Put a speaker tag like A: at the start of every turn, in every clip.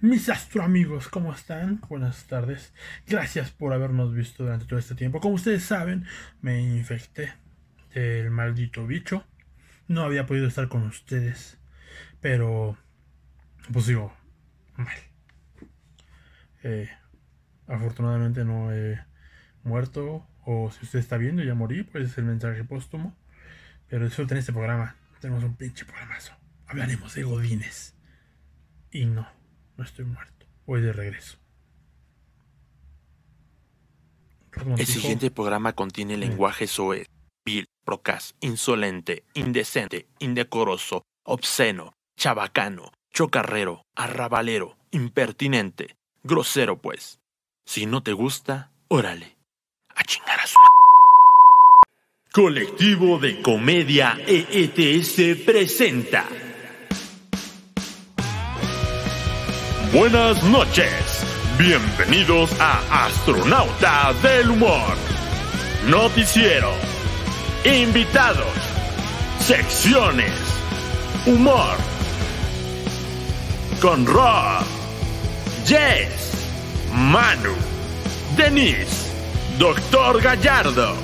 A: Mis astroamigos, ¿cómo están? Buenas tardes. Gracias por habernos visto durante todo este tiempo. Como ustedes saben, me infecté del maldito bicho. No había podido estar con ustedes, pero pues digo, mal. Eh, afortunadamente no he muerto, o si usted está viendo, ya morí, pues es el mensaje póstumo. Pero disfruten este programa, tenemos un pinche programazo. Hablaremos de Godines. Y no, no estoy muerto. Voy de regreso.
B: El siguiente programa contiene lenguaje soez, vil, procaz, insolente, indecente, indecoroso, obsceno, chabacano, chocarrero, arrabalero, impertinente, grosero pues. Si no te gusta, órale. A chingar a su... Colectivo de Comedia E EETS presenta. Buenas noches. Bienvenidos a Astronauta del Humor. Noticiero. Invitados. Secciones. Humor. Con Rob. Jess. Manu. Denise. Doctor Gallardo.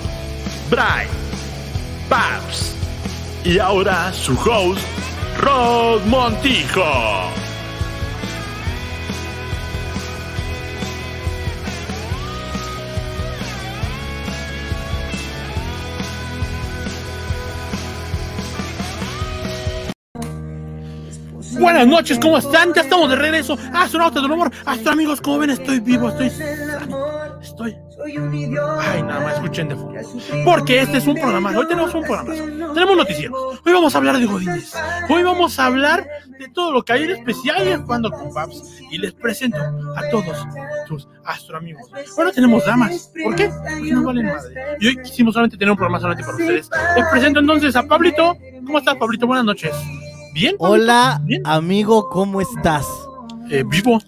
B: Brian. Paps. Y ahora su host, Rod Montijo.
A: Buenas noches, ¿cómo están? Ya estamos de regreso. Astronautas del humor. Astro amigos, como ven, estoy vivo, estoy. sano, Estoy. Ay, nada más escuchen de fondo. Porque este es un programa. Hoy tenemos un programa. Tenemos noticieros. Hoy vamos a hablar de Godines. Hoy vamos a hablar de todo lo que hay en especial en Cuando con Paps. Y les presento a todos sus astroamigos. Bueno, tenemos damas. ¿Por qué? Porque no valen madre. Y hoy quisimos solamente tener un programa solamente para ustedes. Les presento entonces a Pablito. ¿Cómo estás, Pablito? Buenas noches. Bien. Pablito?
C: Hola,
A: Bien.
C: amigo, ¿cómo estás?
A: Eh, vivo.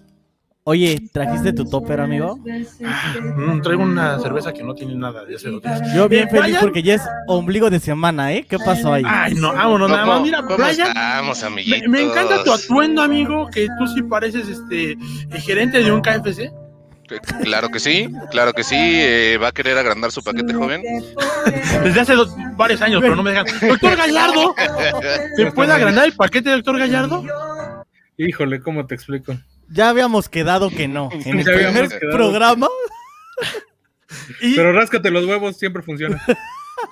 C: Oye, ¿trajiste tu topper, amigo?
A: Mm, traigo una cerveza que no tiene nada. Ya se lo dije.
C: Yo
A: Bien,
C: bien feliz
A: Brian.
C: porque ya es ombligo de semana, ¿eh? ¿Qué pasó ahí?
A: Ay, no, vámonos nada más.
D: ¿Cómo-
A: Mira,
D: ¿cómo
A: Brian,
D: estamos,
A: Me,
D: amiguitos?
A: me encanta tu atuendo, amigo, que tú sí pareces este eh, gerente de un KFC.
D: Claro que sí, claro que sí. eh, ¿Va a querer agrandar su paquete, joven?
A: Desde hace dos- varios años, pero no me dejan. Doctor Gallardo, ¿te puede agrandar el paquete, doctor Gallardo?
E: Híjole, ¿cómo te explico?
C: Ya habíamos quedado que no. En el
E: Ya habíamos
C: primer
E: quedado.
C: programa,
A: Y
E: Pero ráscate los huevos, siempre funciona.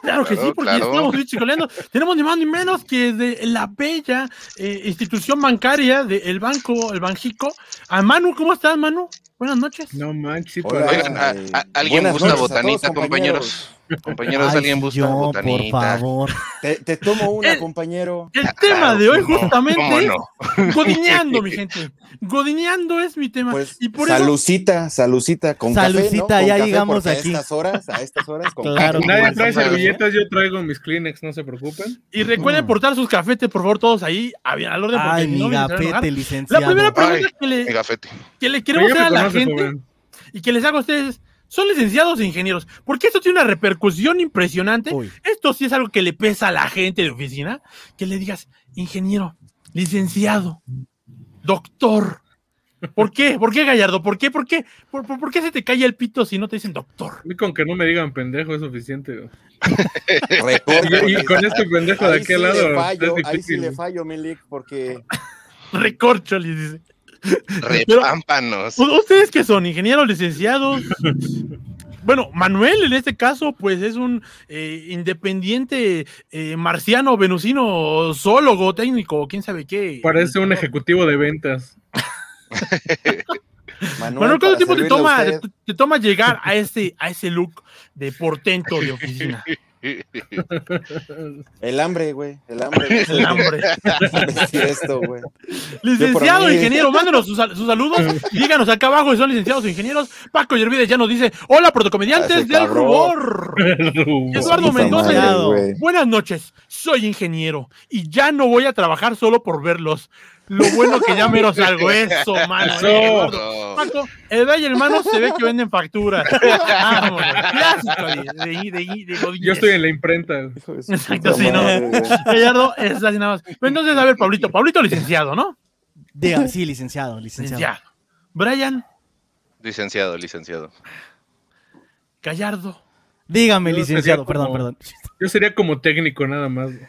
A: claro que sí,
D: Claro,
A: porque
D: claro.
A: estamos bien chicoleando. Tenemos ni más ni menos que de la bella eh, institución bancaria del banco, el Banjico. A Manu, ¿cómo estás, Manu? Buenas noches.
E: No manches, sí,
F: Hola.
E: para-
D: Oigan, a- a- ¿alguien
F: Buenas
D: gusta
F: noches a
D: botanita,
F: todos,
D: compañeros? Compañeros,
C: Ay,
D: ¿alguien busca
C: yo, por
D: botanita?
C: favor.
F: Te, te tomo una,
A: El-
F: compañero.
A: El tema de hoy,
D: ¿cómo-
A: justamente, eh,
D: cómo no?
A: es Godineando, mi gente. Godineando es mi tema.
F: Pues
A: y por eso
F: salucita, salucita con café, ¿no?
C: Salucita,
F: Con
C: ya
F: café,
C: llegamos
F: porque
C: aquí.
F: A estas horas, a estas horas con
C: Claro.
F: café.
E: Nadie
D: Bueno,
E: trae
D: pues,
E: servilletas, yo traigo mis Kleenex, no se preocupen.
A: Y recuerden
C: Mm.
A: portar sus cafetes, por favor, todos ahí, a- al orden. porque
C: Ay,
A: si no
C: mi
A: me entrarán a
C: gafete,
A: enojar.
C: licenciado.
A: La primera pregunta
D: Ay,
A: que le,
D: Mi gafete.
A: que le
E: Pero
A: queremos
E: ya
A: hacer
E: me
A: a la
E: conoces,
A: gente
E: joven.
A: y que les hago a ustedes, ¿son licenciados e ingenieros? Porque esto tiene una repercusión impresionante.
C: Uy,
A: Esto sí es algo que le pesa a la gente de oficina, que le digas, ingeniero, licenciado, doctor. ¿Por qué? ¿Por qué, Gallardo? ¿Por qué? ¿Por qué? ¿Por, por- por qué se te calla el pito si no te dicen doctor?
E: A mí con que no me digan pendejo es suficiente. güey.
F: Recorta,
E: Y, y con este pendejo de
F: ahí
E: aquí
F: sí
E: al
F: le
E: lado.
F: fallo,
E: es
F: ahí sí
E: difícil,
F: le
E: güey.
F: fallo, Milik, porque
A: Recorcho, les dice.
D: Repámpanos.
A: U- ¿Ustedes qué son? ¿Ingenieros licenciados? Bueno, Manuel en este caso, pues es un eh, independiente eh, marciano, venusino, zoólogo, técnico, quién sabe qué.
E: Parece un ejecutivo de ventas.
F: Manuel,
A: Manuel, ¿cuánto
F: para
A: tiempo te
F: servirle a
A: toma,
F: usted,
A: te- te toma llegar a ese, a ese look de portento de oficina?
F: El hambre, güey. El hambre. güey,
A: El hambre.
F: por decir esto, güey.
A: Licenciado,
F: mí.
A: ingeniero, mándenos sus, sal- sus saludos. y Díganos acá abajo si son licenciados o ingenieros. Paco Yervides ya nos dice, hola, protocomediantes
F: Ese
A: del
F: cabrón.
A: rubor. Eduardo
F: Puta
A: Mendoza,
F: madre,
C: licenciado.
F: güey.
A: Buenas noches, soy ingeniero y ya no voy a trabajar solo por verlos. Lo bueno que ya menos algo, eso, mano.
E: Eso.
A: eh, Eduardo. Paco, el Valle hermano se ve que venden facturas. Vámonos, clásico de, de, de- de Godínez.
E: Yo estoy en la imprenta. güey.
F: Hijo de su
A: Exacto,
F: puta
A: sí, ¿no?
F: madre, güey.
A: Gallardo, es así nada más. Pero Entonces, a ver, Pablito, Pablito licenciado, ¿no?
C: diga, sí, licenciado, licenciado.
A: Licenciado.
B: Brian
D: Licenciado, licenciado.
B: Gallardo.
C: Dígame,
E: Yo sería
C: licenciado,
E: como- ah.
C: perdón, perdón.
E: Yo sería como técnico nada más. güey.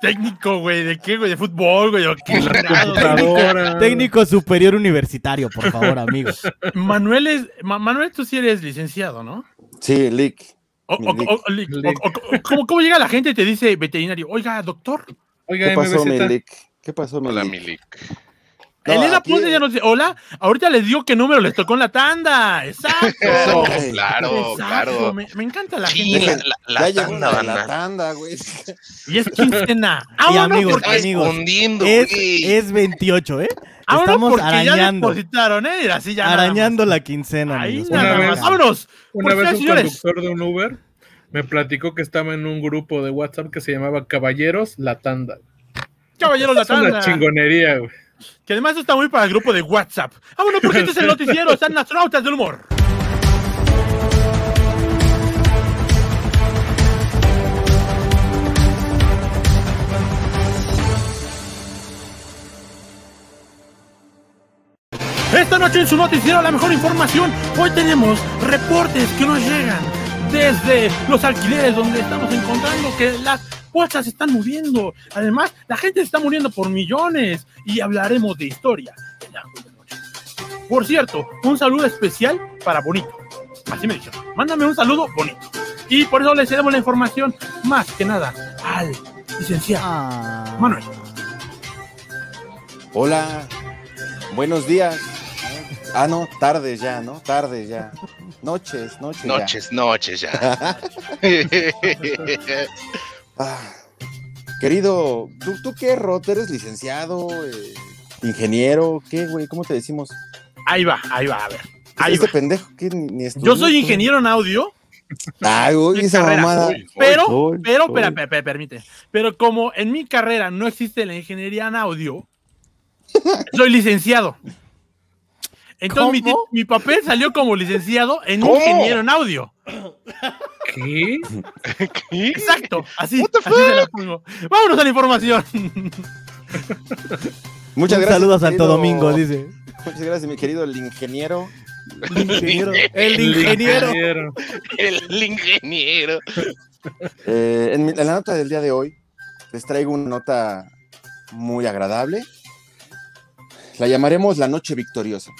B: Técnico, güey. ¿De qué, güey? ¿De fútbol, güey? ¿O qué?
E: Computadora.
C: Técnico superior universitario, por favor, amigo.
B: Manuel, es, Ma- Manuel, tú sí eres licenciado, ¿no?
F: Sí, Lick.
B: O- o- o- o- li- o- o- o- ¿cómo, cómo llega la gente y te dice veterinario? Oiga, doctor.
E: Oiga,
F: ¿Qué pasó, mi
E: MBZ.
F: Lick? ¿Qué pasó, mi
D: Hola,
F: Lick?
D: Milik.
F: No,
B: Elena
F: aquí-
B: Ponce ya nos dice, hola, ahorita les digo qué número les tocó en la tanda. Exacto.
F: Ay,
D: Claro,
B: Exacto,
D: claro.
B: Me, me encanta la
D: Sí,
B: gente.
D: la, la, la
F: ya llegó
D: tanda,
F: la, de la
D: banda.
F: tanda, güey.
B: Y es quincena. Ah,
C: Y
B: Ahora
C: amigos,
D: Está
C: amigos,
D: escondiendo,
C: Es,
D: güey.
C: es 28, ¿eh?
B: Ahora
C: Estamos
B: Ah, porque ya
C: arañando.
B: depositaron, ¿eh? Y Así ya nada más.
C: Arañando la quincena,
B: Ahí
C: amigos.
B: nada
E: Una
B: más.
E: vez-
B: Vámonos.
E: Una
B: Por favor,
E: vez un
B: Pues, señores.
E: conductor de un Uber me platicó que estaba en un grupo de WhatsApp que se llamaba Caballeros La Tanda.
B: Caballeros de la
E: Es una
B: tanda.
E: chingonería, güey.
B: Que además está muy para el grupo de WhatsApp. Vámonos porque este es el noticiero. Están astronautas del humor. Esta noche en su noticiero la mejor información. Hoy tenemos reportes que nos llegan desde los alquileres donde estamos encontrando que las bolsas se están moviendo. Además, la gente se está muriendo por millones y hablaremos de historia. en la Junta de Noche. Por cierto, un saludo especial para Bonito. Así me dijeron. Mándame un saludo bonito. Y por eso les daremos la información más que nada al licenciado
C: Ah.
B: Manuel.
F: Hola. Buenos días. Ah, no, tardes ya, ¿no? Tardes ya. Noches, noches. ya.
D: Noches, noches ya.
F: Ah, querido, ¿tú, tú qué, Rot? ¿Eres licenciado? eh, ¿Ingeniero? ¿Qué, güey? ¿Cómo te decimos?
B: Ahí va, ahí va, a ver. Ahí
F: este
B: va.
F: pendejo que ni, ni estudió,
B: Yo soy
F: tú.
B: ingeniero en audio.
F: Ay, güey,
B: de
F: esa
B: carrera.
F: mamada.
B: Pero,
F: Uy, uy,
B: pero,
F: uy.
B: pero, pero, pero, permite. Pero como en mi carrera no existe la ingeniería en audio, soy licenciado. Entonces mi,
C: ¿Cómo?
B: ti- mi papel salió como licenciado en
D: ¿Cómo?
B: ingeniero en audio.
E: ¿Qué?
D: ¿Qué?
B: Exacto, así, así se la pongo. Vámonos a la información.
F: Muchas
C: Un
F: gracias.
C: saludo a Santo
F: querido-
C: Domingo, dice.
F: Muchas gracias, mi querido el ingeniero.
C: El ingeniero. El ingeniero.
D: El ingeniero.
F: Eh, en, mi- en la nota del día de hoy les traigo una nota muy agradable. La llamaremos la noche victoriosa.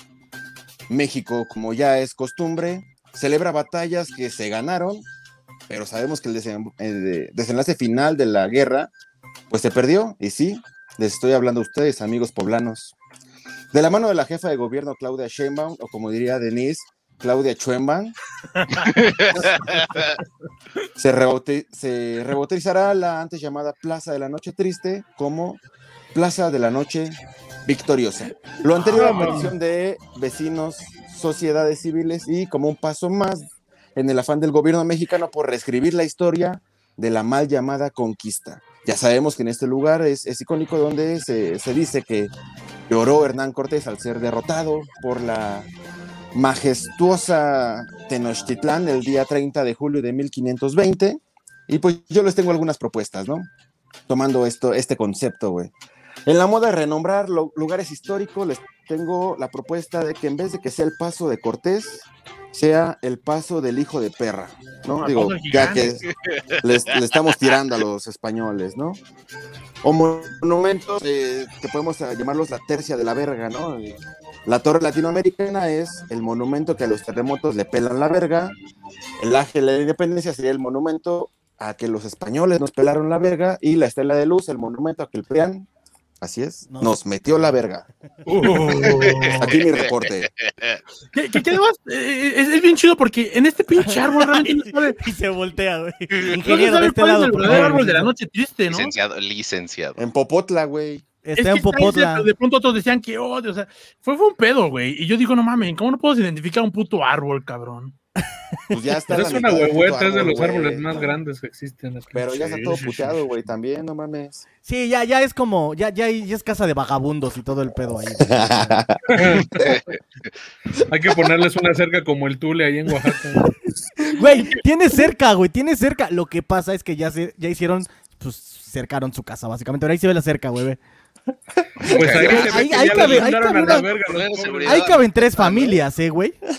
F: México, como ya es costumbre, celebra batallas que se ganaron, pero sabemos que el desen- el de- desenlace final de la guerra, pues se perdió. Y sí, les estoy hablando a ustedes, amigos poblanos. De la mano de la jefa de gobierno, Claudia Sheinbaum, o como diría Denise, Claudia Chuemban, se, rebauti- se rebautizará la antes llamada Plaza de la Noche Triste como Plaza de la Noche Victoriosa. Lo anterior a
E: Ah,
F: petición de vecinos, sociedades civiles y como un paso más en el afán del gobierno mexicano por reescribir la historia de la mal llamada conquista. Ya sabemos que en este lugar es, es icónico donde se, se dice que lloró Hernán Cortés al ser derrotado por la majestuosa Tenochtitlán el día 30 de julio de 1520. Y pues yo les tengo algunas propuestas, ¿no? Tomando esto, este concepto, güey. En la moda de renombrar lo- lugares históricos, les tengo la propuesta de que en vez de que sea el paso de Cortés, sea el paso del hijo de perra, ¿no?
B: Ah,
F: Digo,
B: paso del
F: ya que les- le estamos tirando a los españoles, ¿no? O monumentos eh, que podemos eh, llamarlos la tercia de la verga, ¿no? Eh, La torre latinoamericana es el monumento que a los terremotos le pelan la verga. El ángel de la independencia sería el monumento a que los españoles nos pelaron la verga. Y la estela de luz, el monumento a que el PRIAN, así es,
C: No.
F: nos metió la verga. Aquí mi reporte.
B: que, que- que además eh, es, es bien chido porque en este pinche árbol realmente no sabe,
C: Y se voltea, güey.
B: no se
C: Ingeniero, de
B: sabe
C: este
B: cuál es
C: lado.
B: el
C: por
B: verdadero
C: favor.
B: árbol de la noche triste, ¿no?
D: Licenciado, licenciado.
F: En Popotla, güey.
B: Es
C: Está en
B: que ahí,
C: Popotla.
B: pero De pronto otros decían que odio, o sea, fue, fue un pedo, güey. Y yo digo, no mames, ¿cómo no puedo identificar un puto árbol, cabrón?
F: Pues ya está.
E: Pues
F: la
E: es una
F: mitad del
E: huehueta, es de
F: árbol,
E: los
F: güey.
E: árboles más grandes que existen. aquí.
F: Pero ya está
E: Sí,
F: todo
E: sí, sí.
F: puteado, güey, también, no mames.
C: Sí, ya, ya es como, ya, ya, ya es casa de vagabundos y todo el pedo ahí. güey.
E: Hay que ponerles una cerca como el Tule ahí en Oaxaca.
C: Güey, tiene cerca, güey, tiene cerca. Lo que pasa es que ya, se, ya hicieron, pues cercaron su casa, básicamente. Ahora ahí se ve la cerca, güey. ve.
E: Pues ahí se ve
C: Ahí-
E: que
C: ahí
E: ya
C: cabe-
E: los
C: ahí
E: mandaron
C: cabe
E: a la
C: una-
E: verga, los
D: Ahí
E: pobres.
D: seguridad.
C: Ahí caben tres familias, ¿eh, güey?
B: Me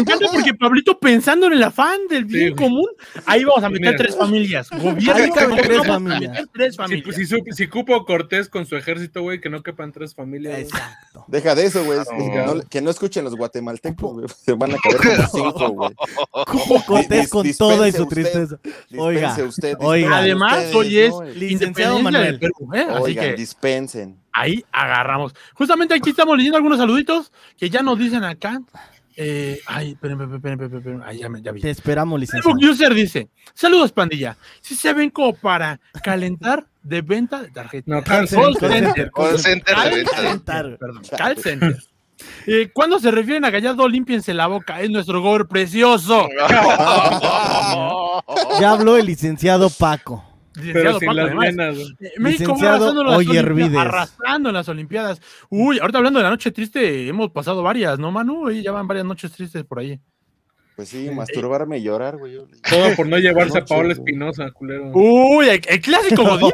B: encanta porque Pablito, pensando en el afán del bien
E: Sí, güey.
B: común, ahí vamos a meter
E: Mira.
B: tres familias. Gobierno,
C: Ahí caben
B: vamos
C: tres
B: a
C: familias.
B: meter tres
E: Si,
B: familias.
E: si, sup- si cupo Cortés con su ejército, güey, que no quepan tres familias. güey.
C: Exacto.
F: Deja de eso, güey.
E: Claro.
F: No- que no escuchen los guatemaltecos, güey. Se van a caer como cinco, güey.
C: Cupo Cortés
F: Dis-
C: con
F: dispense
C: toda y su
F: usted,
C: tristeza. Oiga,
F: Dispense usted, dispensen
C: oiga.
B: Además,
F: ustedes,
B: hoy es-
F: ¿no? El-
C: Licenciado
B: Independencia
C: Manuel.
B: de Perú, ¿eh? Así
F: Oigan,
B: que
F: dispensen.
B: ahí agarramos. Justamente aquí estamos leyendo algunos saluditos que ya nos dicen acá. Eh, ay, esperen, esperen, esperen, esperen, esperen. Ay, ya, me, ya vi.
C: Te esperamos, licenciado.
B: Facebook User dice: Saludos, pandilla. Si se ven como para calentar de venta de tarjeta.
E: No, call
B: Call
E: center.
B: center.
D: Call center
C: Ah,
D: de
B: Call
D: venta.
B: center, perdón, call center. Eh, cuando se refieren a Gallardo, límpiense la boca. Es nuestro gol precioso.
C: Ya habló el licenciado Paco.
E: Pero
B: Licenciado
E: sin
B: Paco,
E: las
B: además.
E: venas, güey.
B: Eh, México va
C: Licenciado
B: arrasando las,
C: Oyer
B: Olimpiadas-
C: Vides.
B: arrasando las Olimpiadas. Uy, ahorita hablando de la noche triste, hemos pasado varias, ¿no, Manu? Uy, ya van varias noches tristes por ahí.
F: Pues sí, masturbarme y llorar, güey.
E: Todo por no llevarse a
F: Noche,
E: Paola
F: güey.
E: Espinosa, culero.
C: Uh,
B: Uy, el, el clásico Godín,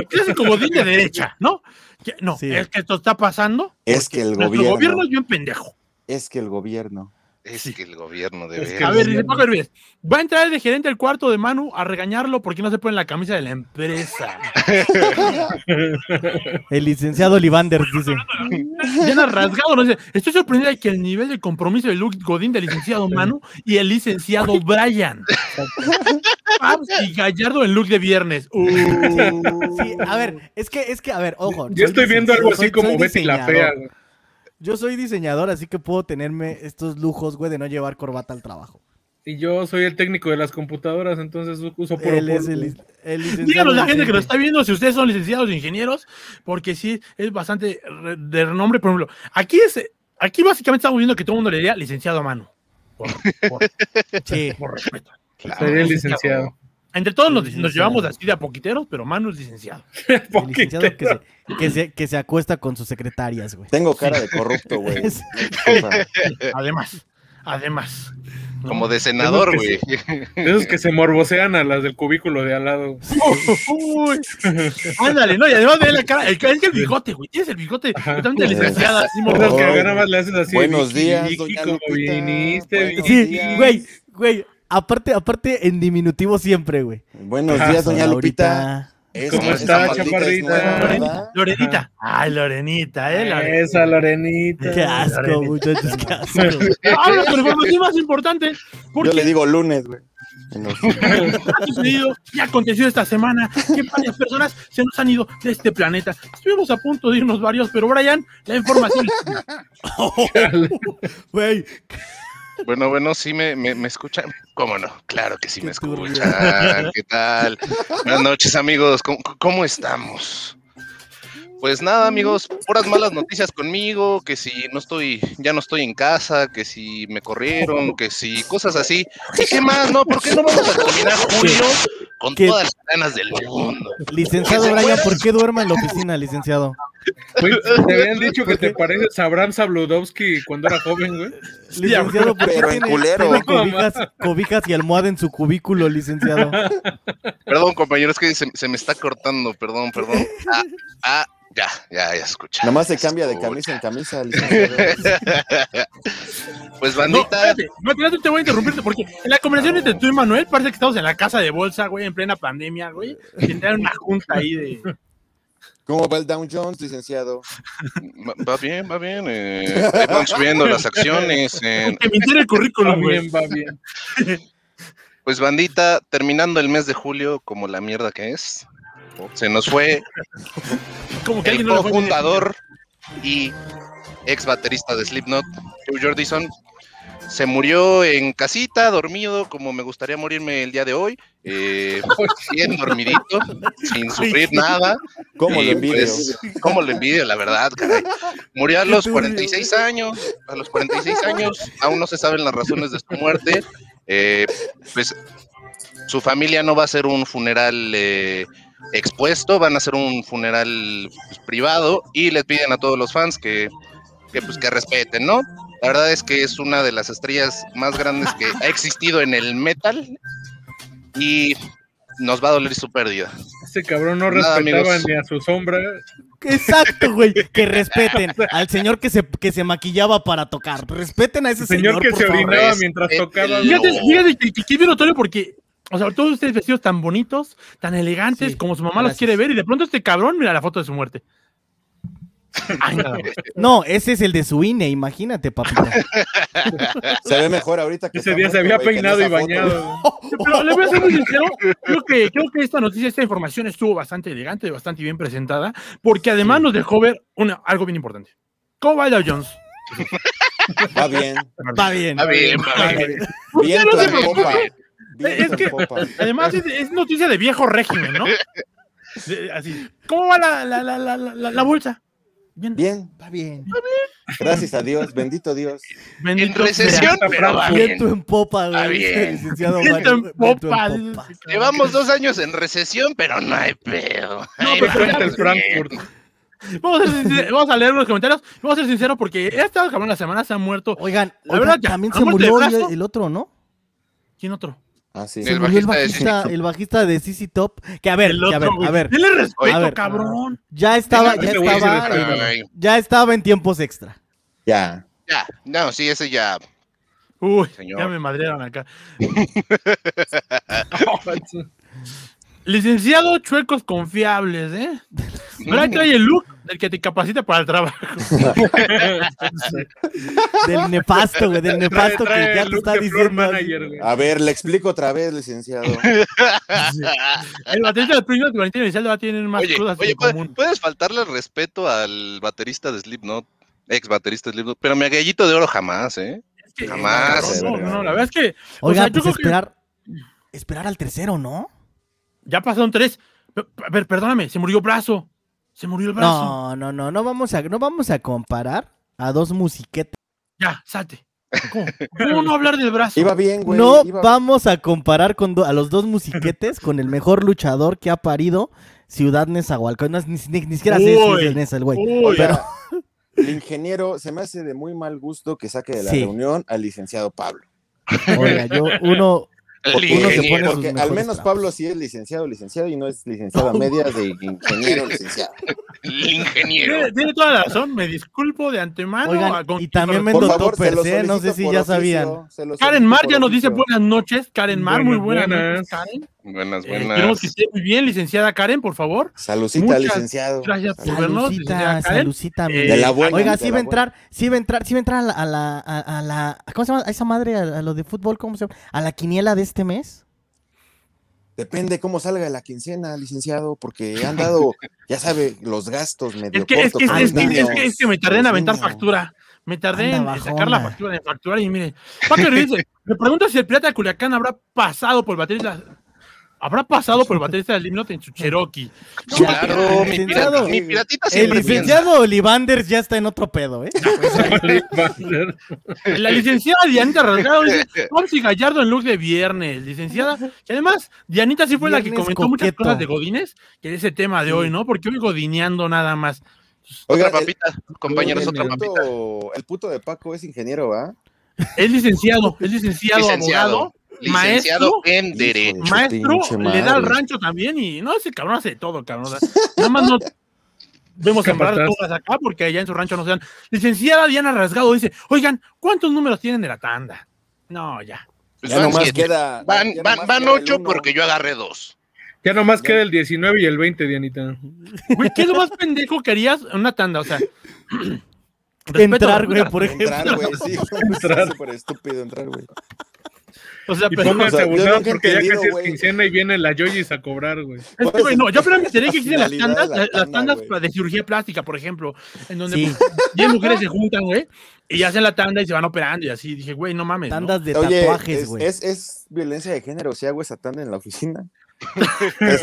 B: el clásico Godín de derecha, ¿no? Que- no,
C: Sí.
B: es que esto está pasando.
F: Es que el
B: Nuestro
F: gobierno,
B: gobierno, es bien pendejo.
F: es que el gobierno.
D: Es que el gobierno de
E: Es que
B: A
D: veras.
B: ver, dice
E: gobierno.
B: Paco Hervides, va a entrar el gerente al cuarto de Manu a regañarlo porque no se pone la camisa de la empresa.
C: El licenciado Olivanders dice.
B: Llena rasgado, no dice, estoy sorprendida que el nivel de compromiso de Luke Godín del licenciado Manu y el licenciado Brian. Pabs y Gallardo en look de viernes. Uh,
C: Sí, a ver, es que, es que, a ver, ojo.
E: Yo
C: soy
E: estoy viendo algo
C: licenciado,
E: así
C: soy-
E: como
C: soy
E: Betty la
C: diseñador.
E: Fea, güey.
C: Yo soy diseñador, así que puedo tenerme estos lujos, güey, de no llevar corbata al trabajo.
E: Y yo soy el técnico de las computadoras, entonces uso puro
C: Él es
E: polvo.
C: el, lic- el licenciado.
B: díganos la gente que nos
C: Vicente.
B: está viendo si ustedes son licenciados ingenieros, porque sí es bastante re- de renombre. Por ejemplo, aquí es, aquí básicamente estamos viendo que todo el mundo le diría licenciado a Manu. Por, por-
C: Sí.
B: por respeto.
E: Sería
C: Ah,
E: el licenciado.
B: Entre todos nos, nos
C: Licenciado.
B: llevamos así de a poquiteros, pero Manu es licenciado.
C: El
E: Poquito.
C: licenciado que se, que, se, que se acuesta con sus secretarias, güey.
F: Tengo cara de corrupto, güey.
C: Es-
F: Disculpa.
B: Además, además. ¿no?
D: Como de senador, güey.
E: Esos que se morbosean a las del cubículo de al lado.
B: Uy. Ándale, no, y además de la cara, el, es que el bigote, güey, tienes el bigote totalmente licenciado, así
E: Esas
B: morado.
E: que
F: Ay,
E: acá nada más le haces así.
F: Buenos
E: Vicky,
F: días,
E: Vicky,
F: doña
E: como
F: Lupita.
E: viniste,
F: Buenos
E: Vicky.
C: Sí, güey, güey. Aparte, aparte en diminutivo siempre, güey.
F: Buenos días, doña
C: Hola,
F: Lupita.
C: ahorita.
F: Esa-
E: ¿Cómo
F: esa
E: está,
F: maldita es
E: chaparrita?
F: nueva,
B: Loren-
F: ¿verdad?
B: Lorenita. Ay, Lorenita, eh. Lorenita.
E: Esa Lorenita.
C: Qué asco,
B: Lorenita.
C: muchachos, qué asco.
B: Ahora con la información más importante, porque
F: Yo le digo lunes, güey. Buenos días.
B: ha sucedido y ha acontecido esta semana que varias personas se nos han ido de este planeta. Estuvimos a punto de irnos varios, pero Brian, la información.
C: Güey,
D: Bueno, bueno, sí me, me, me escuchan. ¿Cómo no? Claro que sí me
C: Qué turbio.
D: escuchan. ¿Qué tal? Buenas noches, amigos. ¿Cómo, cómo estamos? Pues nada, amigos, puras malas noticias conmigo, que si no estoy, ya no estoy en casa, que si me corrieron, que si cosas así. ¿Y qué más? No, ¿por qué no vamos a terminar julio con
C: ¿Qué?
D: todas las ganas del mundo?
C: licenciado Brian, ¿por qué duerma en la oficina, licenciado?
E: Güey, Te habían dicho que te pareces a Abraham Sabludowski cuando era joven, güey.
C: Licenciado, ¿por qué
F: pero en
C: tiene,
F: culero.
C: tiene cobijas, cobijas y almohada en su cubículo, licenciado?
D: Perdón, compañeros, que se, se me está cortando, perdón, perdón. Ah, ah, ya, ya, ya se escucha.
F: Nada más se cambia de
D: Escucha.
F: camisa en camisa. licenciado.
D: Pues
B: No,
D: bandita,
B: espérate, no, espérate, te voy a interrumpirte porque en la conversación entre tú y Manuel parece que estamos en la casa de bolsa, güey, en plena pandemia, güey. Y entraron una junta ahí de.
F: ¿Cómo va el Dow Jones, licenciado?
D: Va va bien, va bien. eh, ahí van subiendo las acciones. eh.
B: Que mintiera el
E: Va
B: currículum,
E: Ah,
B: güey.
E: bien, va bien.
D: Pues bandita, terminando el mes de julio como la mierda que es, se nos fue
B: Como que
D: el
B: alguien no lo fue bien.
D: cofundador y ex baterista de Slipknot, Joe Jordison. Se murió en casita, dormido, como me gustaría morirme el día de hoy. eh, bien dormidito, sin sufrir nada.
F: ¿Cómo
D: Y,
F: lo envidio?
D: pues, ¿Cómo lo envidio, la verdad, caray? Murió a
C: Qué
D: los
C: turbio.
D: 46 años, a los 46 años, aún no se saben las razones de su muerte. Eh, pues su familia no va a hacer un funeral eh, expuesto, van a hacer un funeral pues, privado y les piden a todos los fans que, que, pues, que respeten, ¿no? La verdad es que es una de las estrellas más grandes que ha existido en el metal y nos va a doler su pérdida.
E: Este cabrón no
D: Nada,
E: respetaba
D: amigos.
E: ni a su sombra.
C: Exacto, güey. Que respeten al señor que se, que se maquillaba para tocar. Respeten a ese
E: Señor,
C: este señor,
E: que
C: por
E: se
C: favor.
E: orinaba
D: Es-
E: mientras
D: es-
E: tocaba.
D: el-
E: Fíjate,
B: Fíjate, fíjate que, que, qué bien notorio porque, o sea, todos ustedes vestidos tan bonitos, tan elegantes,
C: Sí,
B: como su mamá los
C: gracias.
B: quiere ver, y de pronto este cabrón mira la foto de su muerte. Ay, no.
C: No, ese es el de su INE, imagínate, papito.
F: Se ve mejor ahorita que.
E: Ese
F: está
E: día se había
F: muerto, güey, que en
E: peinado y
F: esa foto, güey.
E: bañado.
B: Pero le voy a ser muy sincero, creo que, creo que esta noticia, esta información estuvo bastante elegante, bastante bien presentada, porque además nos dejó ver una, algo bien importante. ¿Cómo baila Jones?
F: Va bien.
C: Va bien.
D: Está bien,
C: Va
D: va bien.
C: bien.
E: Pues
F: Bien
B: Usted no se
F: trampopa. Bien
B: Es que-
F: trampopa.
B: Además, es, es noticia de viejo régimen, ¿no? De- así. ¿Cómo va la, la, la, la, la, la bolsa? Bien.
F: Bien.
C: Va bien.
F: Gracias a Dios. Bendito Dios.
B: Bendito
D: En
B: sea.
D: recesión,
E: Mira,
D: pero va bien.
C: Viento en popa, güey.
D: Está bien.
C: Licenciado
B: Viento en
C: Mario, viento
B: popa,
C: en
B: dice.
C: popa.
D: Llevamos dos años en recesión, pero no hay pedo. Ahí
B: pero
D: vamos
E: Frente al
D: bien.
E: Frankfurt.
B: Vamos a, ser sinceros- vamos a leer los comentarios. Vamos a ser sinceros porque he estado cabrón la semana, se han muerto.
C: Oigan,
B: La
C: oigan,
B: verdad, ya,
C: también
B: ¿a
C: se
B: muerte
C: murió
B: de
C: el,
B: brazo?
C: el otro, ¿no?
B: ¿Quién otro?
F: Ah, sí.
D: El
C: Se murió el
D: bajista de ZZ
C: bajista, el bajista de CC Top. Que a ver,
B: El
C: que a ver,
B: güey.
C: a ver.
B: Dile respeto,
D: A
C: ver.
B: cabrón.
C: Ya estaba,
E: Ese
C: ya
E: güey sí
C: estaba, eh.
E: despegaba.
D: Ay,
C: ya estaba en tiempos extra.
F: Ya.
D: Ya, no, sí, ese ya.
B: Uy,
D: Señor.
B: ya me madrearon acá. Licenciado Chuecos Confiables, ¿eh? Ahora trae el look del que te capacita para el trabajo.
C: Del nefasto, güey, del
E: Trae,
C: nefasto
E: trae
C: que ya
E: el
C: te
E: look
C: está
E: de floor
C: diciendo.
E: manager,
C: así.
E: güey.
F: A ver, le explico otra vez, licenciado.
B: El baterista del Pringles y Valentina Elizalde va a tener más
D: Oye,
B: cosas
D: oye
B: en
D: ¿puedes,
B: común.
D: puedes faltarle el respeto al baterista de Slipknot, ex baterista de Slipknot, pero mi gallito de oro jamás, ¿eh?
B: Es que-
D: jamás.
B: No, no, la verdad es que O
C: Oigan,
B: sea, yo creo
C: pues
B: que-
C: esperar, esperar al tercero, ¿no?
B: ya pasaron tres. Pe- A ver, perdóname, se murió brazo. Se murió el brazo.
C: No, no, no, no vamos a, no vamos a comparar a dos musiquetas.
B: Ya, salte. ¿Cómo? ¿Cómo no hablar del brazo?
F: Iba bien, güey.
C: No
F: iba-
C: vamos a comparar con do- a los dos musiquetes con el mejor luchador que ha parido Ciudad Nezahualcóyotl. No, es ni, ni- ni siquiera sé si es
B: Uy.
C: el Neza, el güey.
B: Uy,
C: Pero-
F: El ingeniero se me hace de muy mal gusto que saque de la
C: Sí.
F: reunión al licenciado Pablo.
C: Oiga, yo uno,
D: El
C: Uno se pone
D: ingeniero.
C: sus
F: Porque al
C: mejores
F: menos
C: trapos.
F: Pablo sí es licenciado, licenciado y no es licenciado a medias de ingeniero, licenciado.
D: El
B: tiene,
D: ingeniero.
B: tiene toda la razón. Me disculpo de antemano.
C: Oigan,
B: a- con-
C: y también
B: con-
C: me-
F: Por
C: Mendo
F: favor, se
C: toppers,
F: lo
C: ¿eh? No sé
F: solicito
C: si
F: por
C: ya
F: oficio,
C: sabían.
F: se
B: Karen
F: lo solicito
B: Mar
F: por
B: ya nos dice
F: oficio.
B: buenas noches. Karen Mar, muy buenas,
E: Buenas,
B: noches, Karen.
D: Buenas,
B: Eh, esperemos
D: buenas.
B: que esté muy bien, licenciada Karen, por favor.
F: Salucita,
B: Muchas
F: licenciado.
B: Gracias
E: Pues,
B: por vernos.
C: salucita,
B: licenciada Karen.
C: salucita.
B: Eh,
C: mi-
F: De la buena.
C: Oiga,
F: de
C: sí
F: Ah, la
C: va a
F: buena.
C: entrar, sí va a entrar, sí va a entrar a la, a la, a, a la ¿cómo se llama? A esa madre, a, a lo de fútbol, ¿cómo se llama? A la quiniela de este mes.
F: Depende cómo salga la quincena, licenciado, porque han dado, ya sabe, los gastos medio
B: Es que, es, que,
F: corto con
B: es,
F: los
B: que, es,
F: niños,
B: que, es que me tardé en
F: los
B: aventar
F: niños.
B: factura. Me tardé
C: Anda,
B: en sacar la
C: bajona.
B: factura, en facturar y mire. Paco Ruiz dice, me pregunto si el pirata de Culiacán habrá pasado por el baterista. Habrá pasado por el baterista del himno en su Cherokee. No,
C: Ya,
D: Claro, mi,
C: licenciado.
D: pirata- mi piratita
C: El
D: siempre piensa.
C: licenciado Olivanders ya está en otro pedo, ¿eh?
F: pues,
B: La licenciada Dianita Rasgado dice, Onsi Gallardo en look de viernes, licenciada. Y además, Dianita sí fue la que
C: Viernes
B: comentó muchas
C: coqueto.
B: cosas de Godines, que de ese tema de hoy, ¿no? Porque hoy godineando nada más.
F: Oiga,
D: Otra
F: el-
D: papita, compañeros,
F: el
D: otra papita.
F: puto- El puto de Paco es ingeniero, ¿ah? ¿va?
B: Es licenciado, es licenciado, abogado,
D: licenciado
B: maestro,
D: en Derecho.
F: Hijo de su
B: maestro,
F: pinche
B: le da al
F: madre.
B: rancho también y no, ese cabrón hace de todo, cabrón. o sea, nada más no vemos sembrar
E: Capataz.
B: todas acá porque allá en su rancho no se dan. Licenciada Diana Rasgado dice, oigan, ¿cuántos números tienen de la tanda? No, ya.
D: Pues
F: ya
D: van
F: nomás
D: siete.
F: queda.
D: Van,
F: ya
D: van,
F: nomás
D: van
F: queda el
D: ocho
F: uno.
D: porque yo agarré dos.
E: Ya nomás queda el 19 y el 20, Dianita.
B: Güey, ¿qué es lo más pendejo que harías en una tanda? O sea, respeto a
C: Entrar,
B: la
C: güey,
B: vida,
C: por ejemplo.
F: Entrar, güey, sí.
E: Entrar.
F: Es súper estúpido entrar, güey.
B: O sea,
E: Y
B: pero,
F: pongas-
E: pónganse
F: sea, yo
E: abusados
F: nunca he
E: porque ya
F: entendido,
E: casi es
F: güey.
E: quincena y viene la Yoyis a cobrar, güey.
B: es que, güey, no, yo apenas me enteré que existen las
F: finalidad
B: tandas,
F: de la
B: las- las
F: tanda,
B: tandas
F: güey.
B: de cirugía plástica, por ejemplo, en donde
C: Sí.
B: pues, 10 mujeres se juntan, güey, y hacen la tanda y se van operando y así. Dije, güey, no mames. ¿no?
C: Tandas de
F: Oye,
C: tatuajes,
F: es-
C: güey.
F: es, es violencia de género si hago esa tanda en la oficina.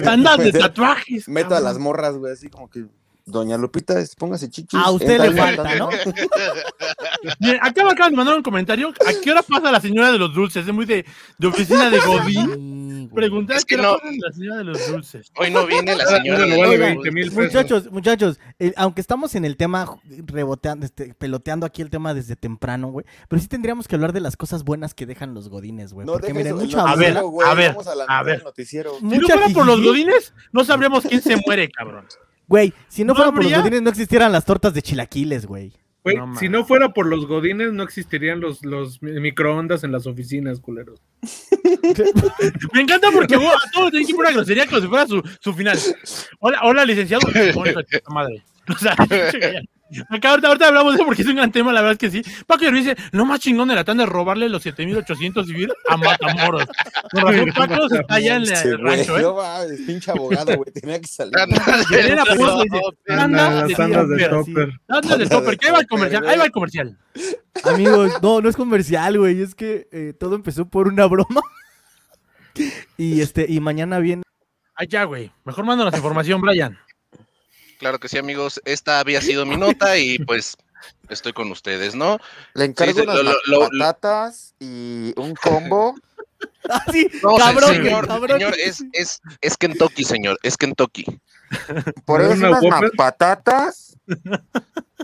B: Tandas de Ah.
F: Pues,
B: tatuajes.
F: Meto a
B: cabrón.
F: las morras, güey, así como que. Doña Lupita, es- póngase chichis.
C: A usted
F: en
C: le
F: tal-
C: falta, ¿no?
B: Miren, acá me acaban de mandar un comentario. ¿A qué hora pasa la señora de los dulces? Es muy de, de oficina de Godín.
C: sí, güey.
B: Preguntar
D: Es que
B: qué
D: no.
B: le ponen la señora de los dulces.
D: Hoy no viene la
F: Ah,
D: señora.
E: Ahora no vale
D: Oiga,
E: 20 mil pesos.
C: Muchachos, muchachos, eh, aunque estamos en el tema ju- reboteando, este, peloteando aquí el tema desde temprano, güey, pero sí tendríamos que hablar de las cosas buenas que dejan los godines, güey. porque
F: dejes
C: miren,
F: el
C: mucha
F: noticiero,
C: a ver,
B: ver,
F: güey,
B: a ver,
F: vamos la
B: a
F: mitad del
B: ver.
F: noticiero.
B: Si no fuera por los godines, no sabríamos quién se muere, cabrón.
C: Güey, si no,
B: ¿No
C: fuera por los
B: habría?
C: godines no existieran las tortas de chilaquiles, güey.
E: Güey,
G: No
E: si
G: mames.
E: no fuera por los godines, no existirían los, los mi- microondas en las oficinas, culeros.
B: Me encanta porque güey, a todos tienen que ir por una grosería como si fuera su, su final. Hola, hola licenciado. Hola, puta madre. O sea, acá ahorita, ahorita hablamos de porque es un gran tema, la verdad es que sí. Paco Yorbi dice, lo más chingón de la tanda es robarle los 7800 y vivir a Matamoros. Con razón, Paco se está allá en la-
F: Este,
B: el
F: güey,
B: rancho, ¿eh?
F: no mames, pinche abogado, güey, tenía que salir.
D: anda,
B: Yelena
D: el-
B: Pozo dice,
E: Anda,
B: tanda de
E: las andas de
B: topper.
E: topper.
B: Tanda de topper, que ahí va el comercial, ahí va el comercial.
C: Amigos, no, no es comercial, güey. Es que eh, todo empezó por una broma. Y este, y mañana viene.
B: Ay, ya, güey. Mejor mándanos información, Brian.
D: Claro que sí, amigos. Esta había sido mi nota y pues estoy con ustedes, ¿no?
F: Le encargo
D: Sí, sí,
F: unas
D: lo- lo-
F: pat-
D: lo-
F: patatas y un combo.
C: Ah, sí,
D: No,
C: cabrón, güey,
D: señor,
C: cabrón.
D: señor, es, es, es Kentucky, señor, es Kentucky.
F: Por eso
E: ¿Una
F: unas
E: Whopper?
F: ma- patatas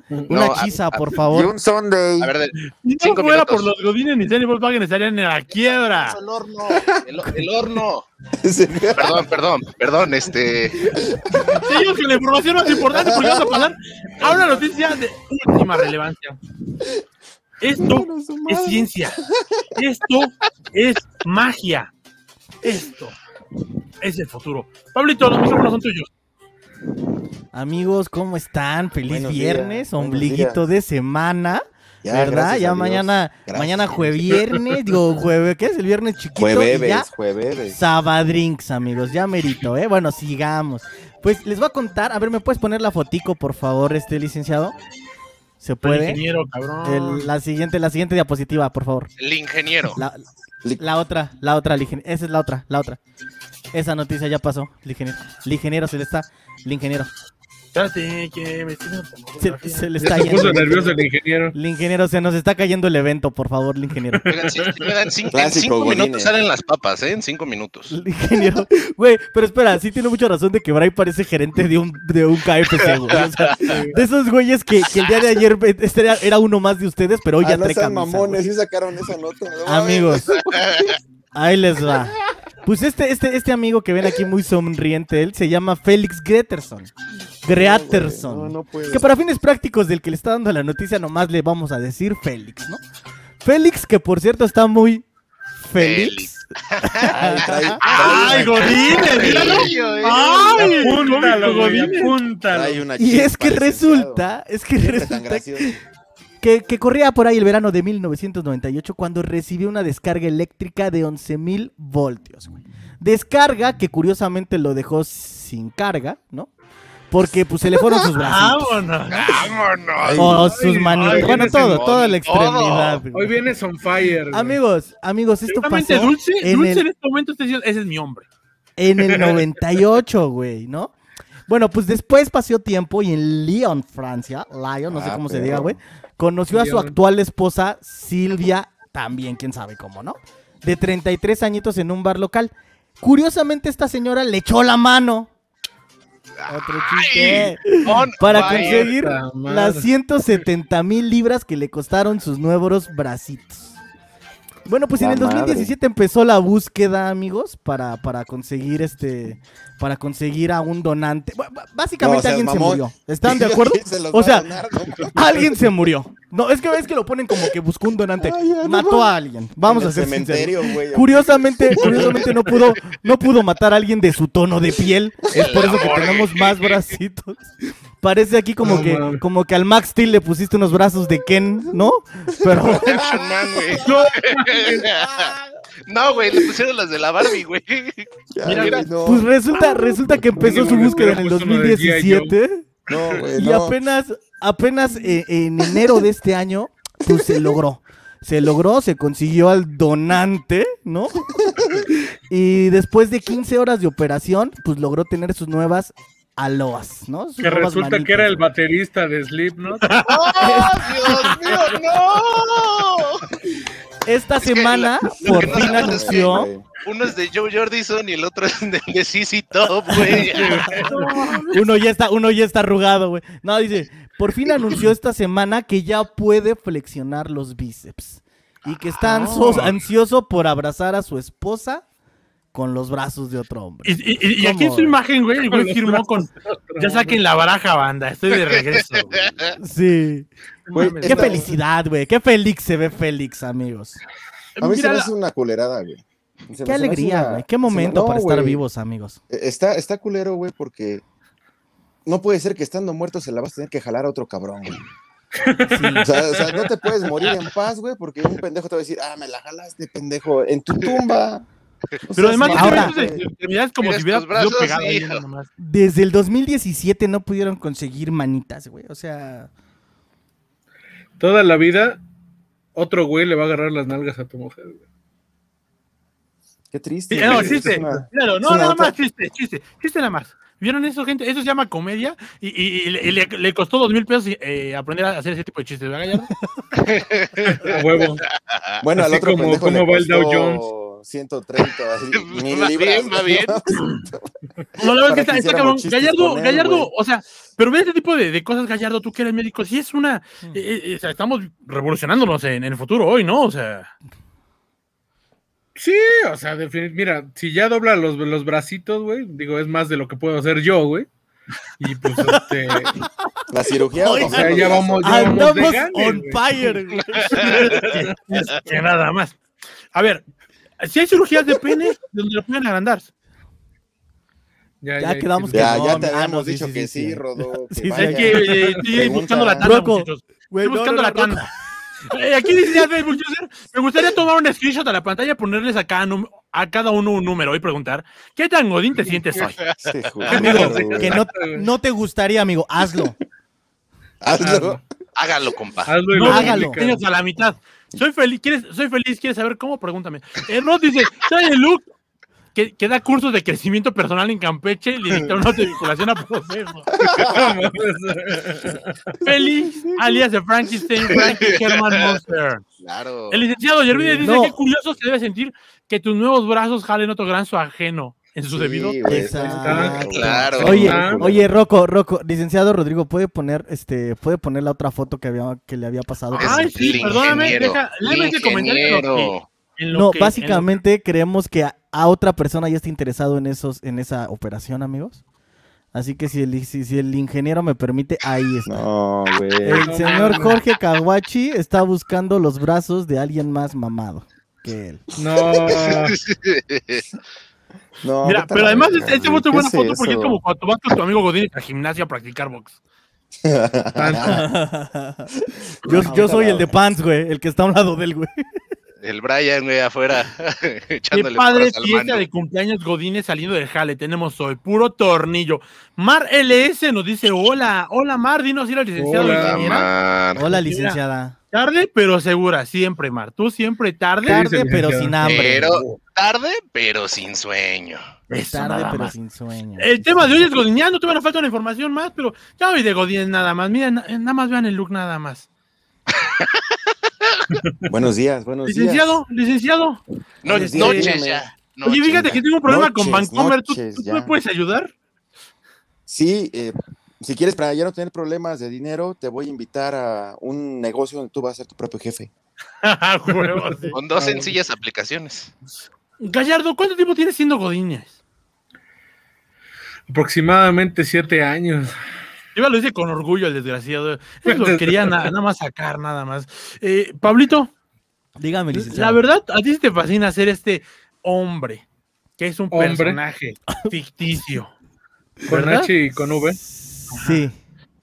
C: Una
D: No, a-
C: chisa,
D: a-
C: por
F: y
C: favor.
F: un Sunday.
D: A ver, de-
B: Si no
D: Cinco
B: fuera
D: minutos.
B: por los Godines ni Sony Volkswagen estarían en la quiebra.
D: el horno, el, el horno. Perdón, perdón, perdón, este.
B: Seguimos con la información más importante porque vamos a pasar a una noticia de última relevancia. Esto es ciencia. Esto es magia. Esto es el futuro. Pablito, los micrófonos son tuyos.
C: Amigos, ¿cómo están? Feliz
F: Buenos días,
C: viernes,
F: buenos
C: ombliguito de semana,
F: Ya, gracias
C: ¿verdad?
F: a
C: Ya
F: Dios.
C: mañana,
F: Gracias.
C: mañana jueviernes, digo jueves, ¿qué es? El viernes chiquito y ya
F: Jueves, jueves.
C: Sabadrinks, amigos, ya merito, ¿eh? Bueno, sigamos. Pues les voy a contar, a ver, ¿me puedes poner la fotico, por favor, este licenciado? ¿Se
B: El
C: puede?
B: ingeniero, cabrón.
C: El- la siguiente, la siguiente diapositiva, por favor.
D: El ingeniero.
C: La,
F: Li-
C: la otra, la otra, el ingen- esa es la otra, la otra. Esa noticia ya pasó, el ingeniero. El ingeniero se le está, el ingeniero,
B: Espérate, que me estoy viendo por
C: se,
B: fotografía.
C: se le
E: Ya
C: está
E: se puso
C: yendo.
E: nervioso el ingeniero.
C: El ingeniero, se nos está cayendo el evento, por favor, el ingeniero.
D: Oigan, sí, oigan, cin- en
F: Clásico,
D: cinco
F: Godínez.
D: minutos salen las papas, ¿eh? En cinco minutos.
C: El ingeniero. Güey, pero espera, sí tiene mucha razón de que Bray parece gerente de un, de un KFC, güey. O sea, de esos güeyes que, que el día de ayer ve- este era, era uno más de ustedes, pero hoy
F: Ah,
C: Oh, ya
F: no
C: trae
F: sean
C: camisa,
F: mamones,
C: güey.
F: sí sacaron esa nota. no mames.
C: Amigos, ahí les va. Pues este, este, este amigo que ven aquí muy sonriente, él se llama Félix Greterson. Greaterson.
F: No, no puede
C: Que para fines prácticos del que le está dando la noticia, nomás le vamos a decir Félix, ¿no? Félix, que por cierto está muy feliz.
F: Ay, trae-
B: ¡Ay, Godines! míralo. ¡Ay!
E: Apúntalo,
B: cómico,
E: güey,
B: Godínez.
E: apúntalo.
F: trae una
C: Y
F: chispa,
C: es que
F: licenciado.
C: resulta, es que
F: Siempre tan
C: resulta
F: gracioso.
C: que, que corría por ahí el verano de 1998 cuando recibió una descarga eléctrica de 11.000 voltios. güey. Descarga que curiosamente lo dejó sin carga, ¿no? Porque pues se le fueron sus brazos.
B: ¡Vámonos!
D: ¡Vámonos!
C: O
E: Ah, Ay,
C: sus manitas.
E: ay,
C: Bueno,
E: vienes
C: todo,
D: en
C: toda la
D: modo.
C: extremidad. güey.
E: Hoy vienes on fire. Oh, güey.
C: Amigos, amigos, esto
B: Seguramente
C: pasó
B: Dulce,
C: en
B: Dulce
C: el-
B: en este momento está diciendo, ese es mi hombre.
C: en el 98, güey, ¿no? Bueno, pues después pasó tiempo y en Lyon, Francia, Lyon, no sé
F: Ah,
C: cómo se
F: perro.
C: diga, güey, conoció a su
E: Lyon.
C: actual esposa Silvia, también quién sabe cómo, ¿no? De 33 añitos en un bar local. Curiosamente esta señora le echó la mano. Otro chiste.
D: On
C: Para
D: fire.
C: conseguir
E: puta madre.
C: las 170 mil libras que le costaron sus nuevos bracitos. Bueno, pues en
F: La
C: el 2017 empezó la búsqueda, amigos, para, para conseguir este, para conseguir a un donante. Bu- bu-
F: No, o
C: Básicamente
F: sea,
C: alguien se
F: mamón.
C: murió. ¿Están de acuerdo?
F: Se los
C: O
F: va a
C: sea,
F: donar, ¿no?
C: alguien se murió. No, es que ves que lo ponen como que buscó un donante,
F: Ay, ya, no
C: mató
F: mames.
C: a alguien. Vamos a
F: En el
C: ser sinceros.
F: cementerio, güey.
C: Curiosamente, curiosamente no pudo, no pudo matar a alguien de su tono de piel. Es por eso que tenemos más bracitos. Parece aquí como
E: No
C: que,
E: mames.
C: como que al Max Steel le pusiste unos brazos de Ken, ¿no? Pero
D: Action Man, güey. No, güey, le pusieron las de la Barbie, güey.
F: Ya,
B: Mira,
F: güey, no,
C: pues resulta, resulta que empezó su
E: Mínimo le
C: búsqueda en
E: hubiera
C: el
E: puesto uno de G.I. Joe.
C: 2017
F: no,
D: Eh,
F: güey,
C: y
F: no.
C: apenas, apenas eh, en enero de este año, pues se logró. Se logró, se consiguió al donante, ¿no? Y después de 15 horas de operación, pues logró tener sus nuevas aloas, ¿no? Sus
E: Que
C: nuevas
E: resulta que
C: manitas,
E: era el
C: güey.
E: baterista de Slipknot.
D: ¡Oh, Dios mío, ¡Oh, no!
C: Esta
D: Es que
C: semana
D: la- lo
C: por
D: que no
C: fin
D: sabes es
C: anunció.
F: güey.
D: Uno es de Joe Jordison y el otro es de de CC Top, güey.
C: Uno ya está, uno ya está arrugado, güey. No, dice, por fin anunció esta semana que ya puede flexionar los bíceps. Y que está anso- ansioso por abrazar a su esposa con los brazos de otro hombre.
B: Y, y- y- y aquí en
C: ¿Cómo?
B: su imagen, güey, el güey
E: los
B: firmó con. Ya saquen la baraja, banda. Estoy de regreso. güey.
C: Sí.
F: Güey,
B: Mames,
C: Qué
F: esta-
C: felicidad, güey. Qué feliz se ve Félix, amigos.
F: A mí se
B: Mira
F: me
B: la-
F: hace una culerada, güey. Se me- se
C: Qué
F: me hace
C: alegría,
F: una-
C: güey.
F: se
C: Qué
F: me-
C: momento
F: no,
C: para estar
F: güey.
C: vivos, amigos.
F: Eh, Está, está culero, güey, porque no puede ser que estando muerto se la vas a tener que jalar a otro cabrón, güey. O sea, o sea, no te puedes morir en paz, güey, porque un pendejo te va a decir, ah, me la jalaste, pendejo, en tu tumba. O
B: Pero
F: sea,
B: además,
F: sí,
C: no ahora-
B: ahora,
F: güey.
B: miras como
D: Mira
B: si hubiera
D: estos brazos,
B: sido pegado ahí,
D: hijo.
B: nada más.
C: Desde el 2017 no pudieron conseguir manitas, güey. O sea,
E: Toda la vida, otro güey le va a agarrar las nalgas a tu mujer. güey.
F: Qué triste.
B: Sí, no,
F: güey.
B: chiste.
F: Es una-
B: Claro,
F: es
B: no,
F: una
B: nada
F: nota.
B: más, chiste, chiste, chiste nada más. ¿Vieron eso, gente? Eso se llama comedia y, y- y le, y le- le costó dos mil pesos eh, aprender a hacer ese tipo de chistes, ¿verdad, Gallardo?
E: A huevo.
D: Ah,
F: Bueno, al
E: Así
F: otro
E: como-
F: pendejo
E: como
F: le
E: va el Dow
F: costó
E: Jones.
F: 130 así, mil
D: Va
F: libras.
D: bien, va
F: ¿no?
D: bien.
B: No, la verdad es que
F: Para
B: está,
F: que
B: está
F: hiciéramos
B: cabrón.
F: chistes
B: Gallardo,
F: con él,
B: Gallardo,
F: güey.
B: o sea, pero ve este tipo de, de cosas, Gallardo, tú que eres médico, sí es una.
C: Mm.
B: eh, eh, o sea, estamos revolucionándonos en, en el futuro hoy, ¿no? O sea,
E: Sí, o sea, defini- mira, si ya dobla los, los bracitos, güey, digo, es más de lo que puedo hacer yo, güey. Y pues, este,
F: La cirugía.
C: Oiga,
F: o sea,
E: ya vamos- Pues ya vamos. de
C: andamos
E: gane,
C: on
E: güey.
C: fire, güey.
B: que nada más. A ver, si hay cirugías de pene donde lo pueden agrandar.
E: ya,
C: Ya quedamos
E: ya.
F: Ya,
C: No,
F: ya te
C: ah, no,
F: habíamos
C: sí,
F: dicho
C: sí,
F: que
C: sí, sí.
F: sí, Rodó. que
C: Sí, sí,
F: vaya.
B: Es que eh, estoy
F: Pregunta.
B: buscando la tanda,
C: Loco.
B: muchachos.
C: Güey,
B: Estoy
C: no,
B: buscando
C: no,
B: la
C: no, no.
B: tanda. Eh, aquí dice ya Facebook User, me gustaría tomar un screenshot a la pantalla y ponerles a cada, num- a cada uno un número y preguntar, ¿qué tan godín te sientes hoy?
F: Sí, joder,
C: Amigo,
F: güey.
C: que no, no te gustaría, amigo, hazlo.
F: Hazlo.
D: Hágalo, compa.
E: Hazlo y
B: No,
E: lo
C: hágalo.
E: publicas.
B: Tienes a la mitad. Soy feliz, ¿quieres, soy feliz, ¿quieres saber cómo? Pregúntame. Eh, Rod dice, soy el Luke que, que da cursos de crecimiento personal en Campeche y le dicta una vinculación a proceso. Feliz, alias de Frankenstein, Frankie Herman Monster.
D: Claro.
B: El licenciado Yervide dice
C: No.
B: que curioso se debe sentir que tus nuevos brazos jalen otro granzo ajeno en su debido.
F: Sí, güey,
C: Exacto.
D: Claro.
C: Oye,
E: Ah.
C: oye, Rocco, Rocco, licenciado Rodrigo, puede poner, este, puede poner la otra foto que había, que le había pasado.
D: Es
B: Ay, Ah, sí,
D: el
B: perdóname,
D: ingeniero,
B: deja-
D: el
B: léeme ese comentario en lo que-
D: ingeniero.
B: En lo
C: No,
B: que- en lo-
C: básicamente creemos que a, a otra persona ya está interesado en esos, en esa operación, amigos. Así que si el, si, si el ingeniero me permite, ahí está.
F: No, güey.
C: El
E: No
C: señor
E: mames.
C: Jorge Kawachi está buscando los brazos de alguien más mamado que él.
E: No.
F: No,
B: Mira,
F: vete a
B: pero
F: la
B: además
F: verga,
B: este, este
F: güey.
B: foto es
F: ¿Qué
B: buena foto porque es
F: eso?
B: como cuando vas con tu amigo Godín a gimnasia a practicar box.
E: Tanto.
C: Yo,
F: Ah,
C: yo
F: vete a
C: soy
F: la
C: el de
F: verga.
C: Pants, güey, el que está a un lado del güey.
D: El Brian, güey, afuera.
B: Qué
D: echándole
B: padre
D: porras al
B: fiesta
D: mano.
B: de cumpleaños Godínez saliendo de jale tenemos hoy, puro tornillo. Mar LS nos dice, hola, hola Mar, dinos si era licenciado
E: Hola,
D: La
B: ingeniero.
D: mar.
C: Hola, licenciada.
B: Tarde, pero segura, siempre Mar. Tú siempre tarde.
E: dice,
C: Tarde, pero
E: licenciada?
C: sin hambre.
D: Pero tarde, pero sin sueño.
B: Eso
C: Tarde,
B: nada
C: pero
B: más.
C: sin sueño.
B: El tema de hoy es Godín. Ya no tuve falta una información más, pero ya hoy de Godín nada más. Mira, na- eh, nada más vean el look nada más.
F: Buenos días, buenos
B: Licenciado, licenciado.
D: No,
B: Oye, sí,
D: noches
F: dígame.
D: ya.
B: Oye,
D: noches
B: fíjate
D: ya.
B: que tengo un problema con
F: Noches,
B: Vancomer. ¿Tú,
F: noches,
B: tú
F: ya.
B: me puedes ayudar?
F: días. Sí, eh, si quieres para ya no tener problemas de dinero, te voy a invitar a un negocio donde tú vas a ser tu propio jefe.
B: Ah, Huevo, sí.
D: Con dos sencillas aplicaciones.
B: Gallardo, ¿cuánto tiempo tienes siendo Godínez?
E: Aproximadamente siete años.
B: Yo lo hice con orgullo el desgraciado. Eso lo quería na- nada más sacar, nada más. Eh, Pablito,
C: Dígame, licenciado.
B: la verdad, a ti sí te fascina ser este hombre, que es un
E: Hombre.
B: personaje ficticio.
E: Con
B: ¿Verdad?
E: H y con V.
C: Sí.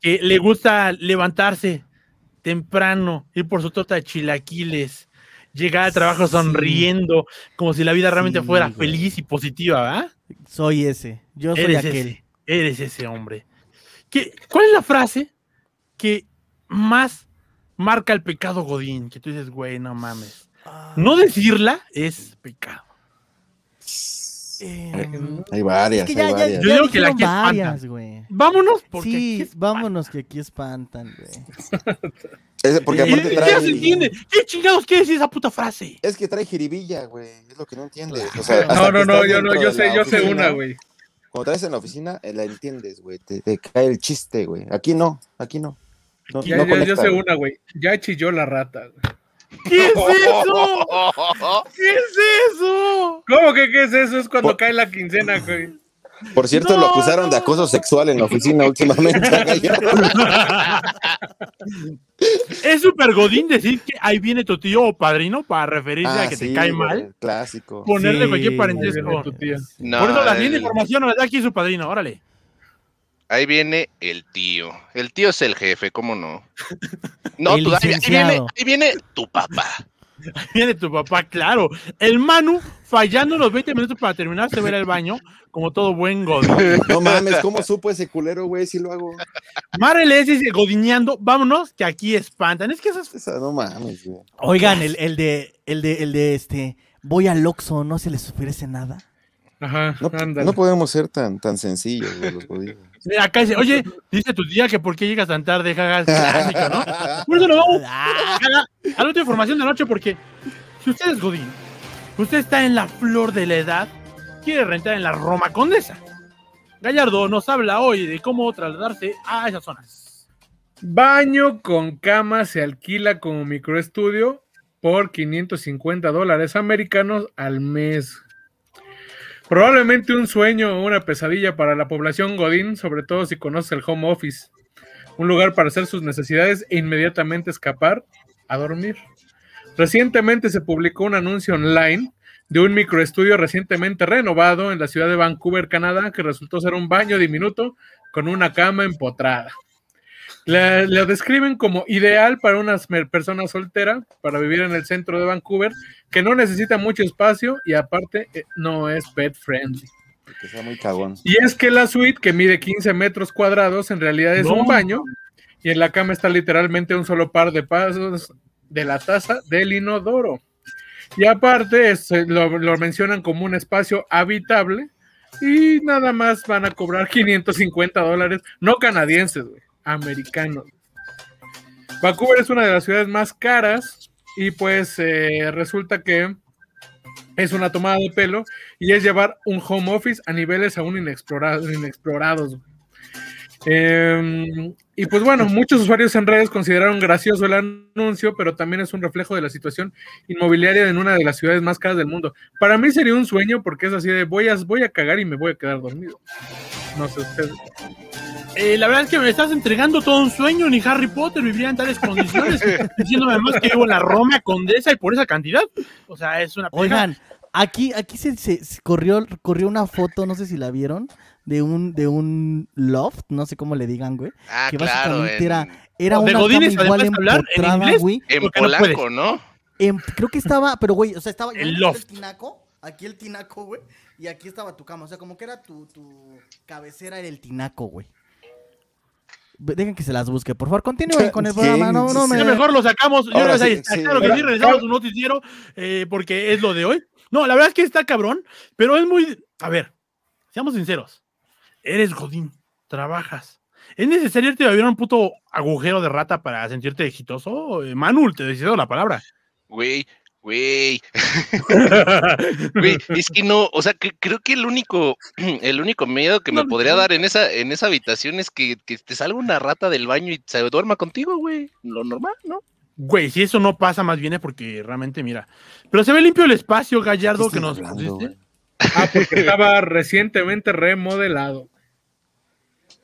B: que le gusta levantarse temprano, ir por su torta de chilaquiles, llegar al trabajo
C: Sí.
B: sonriendo, como si la vida realmente
C: Sí,
B: fuera
C: güey.
B: feliz y positiva, ¿verdad?
C: Soy ese. Yo soy
B: Eres
C: aquel.
B: ese, eres ese hombre. ¿Qué- ¿Cuál es la frase que más marca el pecado Godín? Que tú
C: Ah.
B: dices, güey, no mames. No decirla es pecado.
C: Eh,
F: Hay varias,
C: es que ya,
F: hay
C: ya,
F: varias.
E: Yo
C: ya
E: digo que la
C: dijeron
E: que espantan.
C: varias, güey.
B: Vámonos porque aquí
C: Sí,
B: es-
C: vámonos que aquí espantan, güey.
F: Es- porque
B: Eh,
F: aparte
B: ya se
F: trae.
B: entiende. ¿Qué chingados quiere decir esa puta frase?
F: Es que trae jiribilla, güey. Es lo que no entiendes. O sea, hasta
E: No, no,
F: que
E: no,
F: estás
E: yo no,
F: dentro
E: yo
F: de
E: sé,
F: la
E: yo sé
F: oficina,
E: una, güey.
F: Cuando traes en la oficina, eh, la entiendes, güey. Te, te cae el chiste, güey. Aquí no, aquí no. No,
E: Ya,
F: no
E: ya- yo
F: conecta,
E: sé
F: güey.
E: una, güey. Ya chilló la rata. güey.
B: ¿Qué es eso? ¿Qué es eso?
E: ¿Cómo que qué es eso? Es cuando
F: Por-
E: cae la quincena, güey.
F: Por cierto, lo
B: No,
F: acusaron de
B: no.
F: acoso sexual en la oficina últimamente.
B: Es súper godín decir que ahí viene tu tío o padrino para referirse
F: Ah,
B: a que
F: sí,
B: te cae
F: güey,
B: mal.
F: Clásico.
B: Ponerle
C: Sí,
B: cualquier
E: viene
B: parentesco.
E: tu tía.
D: No,
B: Por eso la siguiente
D: el-
B: información nos la da aquí su padrino, órale.
D: Ahí viene el tío. El tío es el jefe, ¿cómo no? No,
C: El
D: tú, ahí, ahí viene,
C: licenciado.
D: ahí viene tu papá.
B: Viene tu papá, claro. El Manu fallando los 20 minutos para terminar, se va a ir al baño, como todo buen godín.
F: No mames, ¿cómo supo ese culero, güey? Si lo hago.
B: Marele dice godineando, vámonos, que aquí espantan. Es que esas
F: Esa, no mames, güey.
C: Oigan, el, el de, el de, el de este, voy al Oxxo, no se les ofrece nada.
E: Ajá,
F: No,
E: ándale.
F: no podemos ser tan, tan sencillos, güey, los judíos.
B: Mira, acá dice, oye, dice tu tía que por qué llegas tan tarde, jajas, clásico, ¿no? Por eso nos vamos
C: Ah,
B: a la, a la otra información de la noche, porque si usted es Godín, usted está en la flor de la edad, quiere rentar en la Roma Condesa. Gallardo nos habla hoy de cómo trasladarse a esas zonas.
E: Baño con cama se alquila como microestudio por 550 dólares americanos al mes. Probablemente un sueño o una pesadilla para la población Godín, sobre todo si conoce el home office. Un lugar para hacer sus necesidades e inmediatamente escapar a dormir. Recientemente se publicó un anuncio online de un microestudio recientemente renovado en la ciudad de Vancouver, Canadá, que resultó ser un baño diminuto con una cama empotrada. La, lo describen como ideal para una persona soltera, para vivir en el centro de Vancouver, que no necesita mucho espacio y aparte eh, no es pet friendly.
F: Que sea muy cagón.
E: Y es que la suite, que mide 15 metros cuadrados, en realidad es
B: No.
E: un baño y en la cama está literalmente un solo par de pasos de la taza del inodoro. Y aparte es, eh, lo, lo mencionan como un espacio habitable y nada más van a cobrar 550 dólares, no canadienses, güey, americanos. Vancouver es una de las ciudades más caras y pues eh, resulta que es una tomada de pelo y es llevar un home office a niveles aún inexplorado- inexplorados. güey. Em, y pues bueno, muchos usuarios en redes consideraron gracioso el anuncio, pero también es un reflejo de la situación inmobiliaria en una de las ciudades más caras del mundo. Para mí sería un sueño porque es así de voy a, voy a cagar y me voy a quedar dormido. No sé ustedes.
B: Eh, la verdad es que me estás entregando todo un sueño, ni Harry Potter viviría en tales condiciones, diciéndome más que vivo en la Roma Condesa y por esa cantidad. O sea, es una... pena.
C: Oigan, aquí, aquí se, se- se corrió, corrió una foto, no sé si la vieron, de un, de un loft, no sé cómo le digan, güey.
D: Ah,
C: que
D: claro.
C: básicamente
D: En,
C: era, era
B: De
C: una
B: Godínez, además
C: cama igual
B: de hablar en
C: empotrada,
B: inglés.
C: güey.
D: en
B: porque no
D: polaco, ¿no?
C: Em, creo que estaba, pero güey, o sea, estaba yo
B: El
C: aquí
B: loft.
C: tinaco, aquí el tinaco, güey, y aquí estaba tu cama, o sea, como que era tu, tu cabecera era el tinaco, güey. Ve- Dejen que se las busque, por favor, continúen con el
F: Sí,
C: programa, no,
F: sí,
C: no
F: sí.
C: me...
B: Ya mejor lo sacamos.
F: Ahora
B: Señores, ahí
F: sí,
B: está.
F: sí.
B: claro que
E: Ahora-
B: sí, regresamos a su noticiero eh, porque es lo de hoy. No, la verdad es que está cabrón, pero es muy. A ver, seamos sinceros. Eres Godín, trabajas. ¿Es necesario irte a vivir a un puto agujero de rata para sentirte exitoso? Eh, Manu, te decido la palabra.
D: Güey, güey. Güey, es que no, o sea, que, creo que el único, el único miedo que me
B: No,
D: podría
B: no.
D: dar en esa, en esa habitación es que, que te salga una rata del baño y se duerma contigo, güey. Lo normal, ¿no?
B: Güey, si eso no pasa, más bien es porque realmente, mira. Pero se ve limpio el espacio, Gallardo, que
F: ¿Qué
B: nos
F: están hablando,
B: pusiste.
F: güey?
E: Ah, porque estaba recientemente remodelado.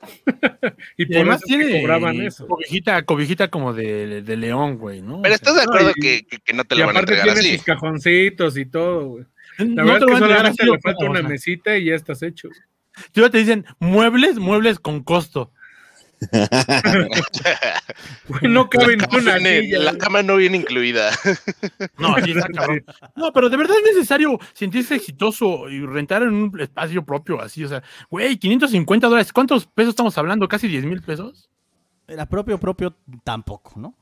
E: y
B: Y
E: por
B: además
E: eso es que
B: tiene
E: cobraban eso.
B: cobijita, cobijita como de, de león, güey, ¿no?
D: Pero
B: O sea,
D: estás de acuerdo
E: y-
D: que, que- que no te
E: Y
D: lo van a
E: aparte
D: entregar
E: tiene
D: así.
E: sus cajoncitos y todo, güey. La
B: no
E: verdad
B: te
E: es
B: lo
E: que
B: van a entregar
E: solamente
B: así o
E: le falta
B: cómo,
E: una
B: o sea.
E: mesita y ya estás hecho.
B: Yo te dicen muebles, muebles con costo.
E: Güey, no cabe ni una
D: Viene-
E: silla,
D: la
E: güey.
D: cama no viene incluida.
B: No, así está cabrón. No, pero de verdad es necesario sentirse exitoso y rentar en un espacio propio así. O sea, güey, 550 dólares. ¿Cuántos pesos estamos hablando? ¿Casi 10 mil pesos?
C: Era propio, propio, tampoco, ¿no?